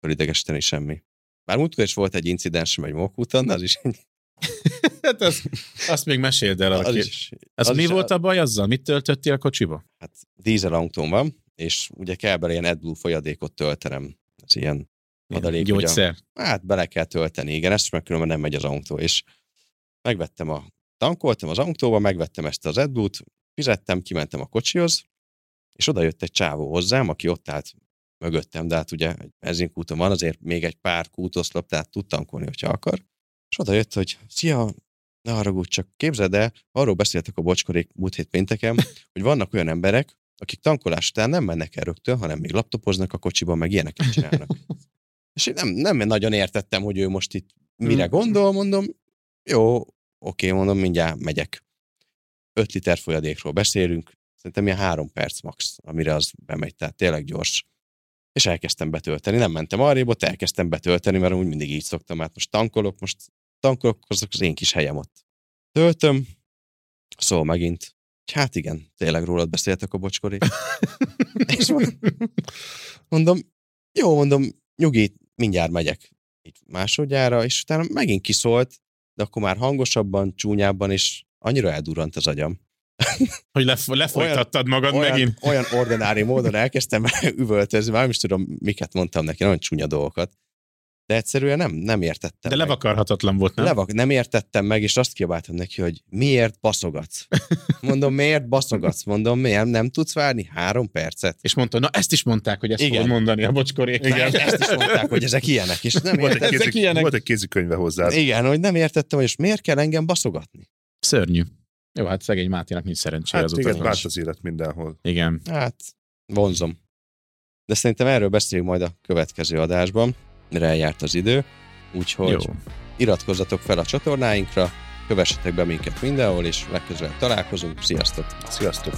[SPEAKER 2] fölidegesíteni semmi. Bár múltkor is volt egy incidensem egy mókúton, az is,
[SPEAKER 4] Hát az, azt még meséld el.
[SPEAKER 2] az
[SPEAKER 4] Az,
[SPEAKER 2] is
[SPEAKER 4] az,
[SPEAKER 2] az
[SPEAKER 4] mi
[SPEAKER 2] is-
[SPEAKER 4] volt a baj azzal? Mit töltöttél a kocsiba?
[SPEAKER 2] hát dízelauntón van, és ugye kell bele ilyen AdBlue folyadékot töltenem. Ez ilyen, Adalék, ugye?
[SPEAKER 4] Gyógyszer.
[SPEAKER 2] hát bele kell tölteni, igen, ezt meg különben nem megy az autó, és megvettem a, tankoltam az autóba, megvettem ezt az AdBlue-t, fizettem, kimentem a kocsihoz, és oda jött egy csávó hozzám, aki ott állt mögöttem, de hát ugye egy benzinkúton van, azért még egy pár kútoszlop, tehát tud tankolni, hogyha akar. És oda jött, hogy szia, ne haragudj, csak képzeld el, arról beszéltek a bocskorék múlt hét pénteken, hogy vannak olyan emberek, akik tankolás után nem mennek el rögtön, hanem még laptopoznak a kocsiban, meg ilyeneket csinálnak. És én nem, nem nagyon értettem, hogy ő most itt mire
[SPEAKER 4] Mm.
[SPEAKER 2] gondol, mondom, jó, oké, mondom, mindjárt megyek. 5 liter folyadékról beszélünk, szerintem ilyen három perc max, amire az bemegy, tehát tényleg gyors. És elkezdtem betölteni, nem mentem arrébb, ott elkezdtem betölteni, mert úgy mindig így szoktam, hát most tankolok, most tankolok, azok az én kis helyem ott. Töltöm, szól megint, hogy hát igen, tényleg rólad beszéltek a bocskori. és mond- mondom, jó, mondom, nyugi, mindjárt megyek. Így másodjára, és utána megint kiszólt, de akkor már hangosabban, csúnyábban, és annyira eldurrant az agyam.
[SPEAKER 4] Hogy lef- lefolytattad magad
[SPEAKER 2] olyan,
[SPEAKER 4] megint.
[SPEAKER 2] olyan ordinári módon elkezdtem üvöltözni, már nem is tudom, miket mondtam neki, nagyon csúnya dolgokat. De egyszerűen nem, nem értettem
[SPEAKER 4] De
[SPEAKER 2] meg.
[SPEAKER 4] levakarhatatlan volt, nem?
[SPEAKER 2] Levak, nem értettem meg, és azt kiabáltam neki, hogy miért baszogatsz? Mondom, miért baszogatsz? Mondom, miért nem tudsz várni három percet?
[SPEAKER 4] És mondta, na ezt is mondták, hogy ezt
[SPEAKER 2] Igen.
[SPEAKER 4] Igen. fogod mondani a bocskorék.
[SPEAKER 2] Igen. Ezt is mondták, hogy ezek ilyenek, és nem
[SPEAKER 3] Volt egy,
[SPEAKER 2] értettem.
[SPEAKER 4] Ezek
[SPEAKER 3] kézi,
[SPEAKER 4] ilyenek.
[SPEAKER 3] volt egy kézikönyve Hát hozzá.
[SPEAKER 2] Igen, hogy nem értettem, hogy és miért kell engem baszogatni?
[SPEAKER 4] Szörnyű. Jó, hát szegény Máténak nincs szerencséje
[SPEAKER 3] Hát
[SPEAKER 4] hát,
[SPEAKER 3] téged
[SPEAKER 4] azóta.
[SPEAKER 3] bánt az élet mindenhol.
[SPEAKER 4] Igen.
[SPEAKER 2] Hát, vonzom. De szerintem erről beszéljünk majd a következő adásban, mire eljárt az idő. Úgyhogy
[SPEAKER 4] Jó.
[SPEAKER 2] iratkozzatok fel a csatornáinkra, kövessetek be minket mindenhol, és legközelebb találkozunk. Sziasztok!
[SPEAKER 3] Sziasztok!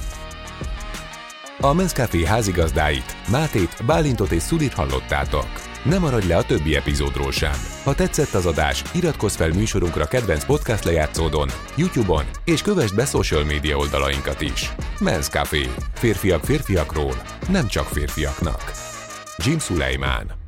[SPEAKER 1] A Men's Café házigazdáit, Mátét, Bálintot és Szulit hallottátok. Ne maradj le a többi epizódról sem. Ha tetszett az adás, iratkozz fel műsorunkra kedvenc podcast lejátszódon, YouTube-on, és kövessd be social média oldalainkat is. Men's Café. Férfiak férfiakról, nem csak férfiaknak. Jim Sulaiman.